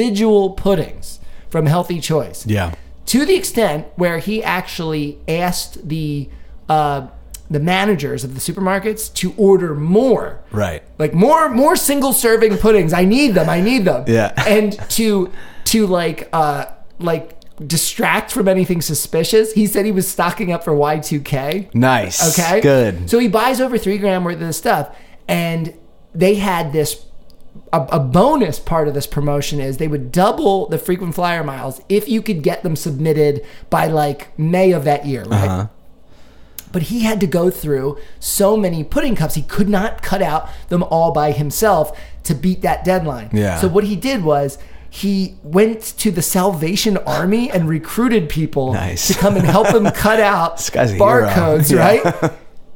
individual puddings from Healthy Choice
Yeah.
to the extent where he actually asked the uh, the managers of the supermarkets to order more.
Right.
Like more more single serving puddings. I need them. I need them.
Yeah.
And to to like uh like distract from anything suspicious, he said he was stocking up for Y2K.
Nice.
Okay.
Good.
So he buys over three gram worth of this stuff, and they had this. A, a bonus part of this promotion is they would double the frequent flyer miles if you could get them submitted by like May of that year, right?
Uh-huh.
But he had to go through so many pudding cups, he could not cut out them all by himself to beat that deadline.
Yeah.
So what he did was he went to the Salvation Army and recruited people
Nice.
to come and help him cut out
This guy's a hero.
barcodes,
Yeah.
right?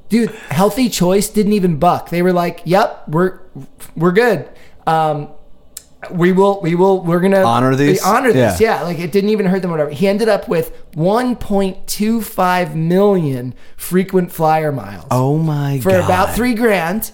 Dude, Healthy Choice didn't even buck. They were like, "Yep, we're we're good. Um, we will, we will, we're gonna
Honor
we
these?
honor this."
Yeah.
Yeah. like it didn't even hurt them. Whatever. He ended up with 1.25 million frequent flyer miles
Oh my
for
god.
about three grand.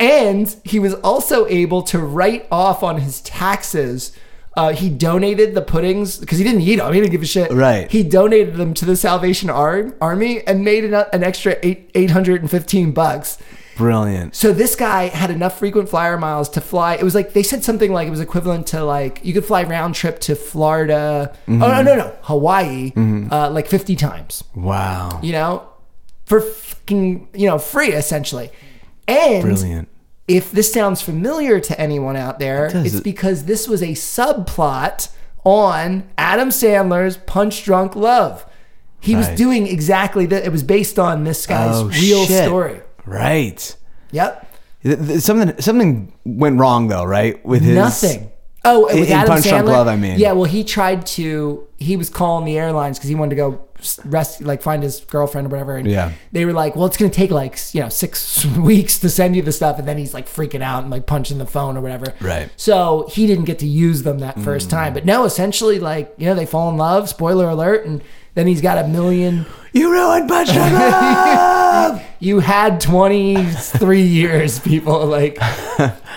And he was also able to write off on his taxes. Uh, he donated the puddings because he didn't eat them. He didn't give a shit.
Right.
He donated them to the Salvation Ar- Army and made an, an extra eight eight hundred and fifteen bucks.
Brilliant.
So this guy had enough frequent flyer miles to fly. It was like they said something like it was equivalent to like you could fly round trip to Florida. Oh
Mm-hmm.
no no no Hawaii uh, like fifty times
Wow.
you know, for fucking, you know, free essentially. And
Brilliant.
if this sounds familiar to anyone out there,
does.
it's because this was a subplot on Adam Sandler's Punch Drunk Love. He
Right.
was doing exactly that. It was based on this guy's
Oh,
real
shit.
story.
Right.
Yep.
Th- th- Something something went wrong though, right? With his
Nothing. Oh, with
in
Adam
Punch
Sandler.
Drunk Love, I mean.
Yeah, well, he tried to. He was calling the airlines because he wanted to go rest, like find his girlfriend or whatever. And
Yeah.
They were like, "Well, it's going to take like you know six weeks to send you the stuff," and then he's like freaking out and like punching the phone or whatever.
Right. Mm.
So he didn't get to use them that first time. But no, essentially, like you know, they fall in love. Spoiler alert, and then he's got a million.
You ruined Punch Drunk Love.
you had 23 years people like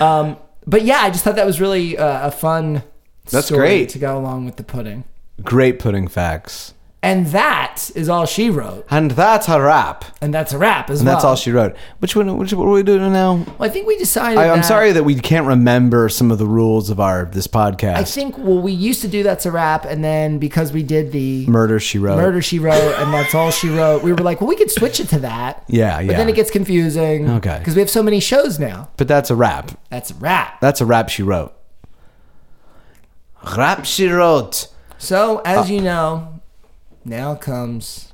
um but yeah i just thought that was really uh, a fun
That's
story
great.
to go along with the pudding
Great pudding facts.
and that is all she wrote
And that's a wrap.
and that's a wrap as
And
well
that's all she wrote. Which one? Which what are we doing now?
well, i think we decided
I, I'm
that-
sorry that we can't remember some of the rules of our this podcast.
i think well we used to do that's a wrap and then because we did the
Murder she wrote.
murder she wrote and that's all she wrote we were like well we could switch it to that
Yeah, yeah.
but then it gets confusing
Okay.
because we have so many shows now
but that's a wrap.
that's a wrap
That's a rap she wrote. Rap she wrote.
So, as
Uh,
you know, now comes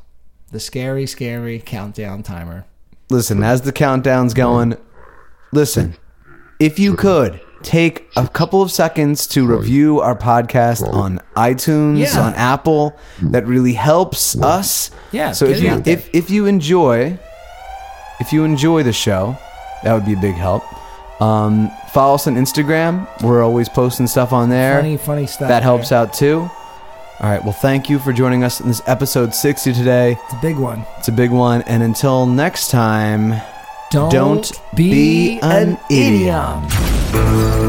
the scary, scary countdown timer.
Listen, as the countdown's going, listen, if you could take a couple of seconds to review our podcast on iTunes,
Yeah.
on Apple, that really helps us.
Yeah,
So
get
if
it
you
out there.
if, if you enjoy if you enjoy the show, that would be a big help. Um, follow us on Instagram. We're always posting stuff on there.
Funny, funny stuff.
that helps
there.
out too. All right. Well, thank you for joining us in this episode 60 today.
It's a big one.
It's a big one. And until next time,
Don't,
don't, be, an idiot.
idiom.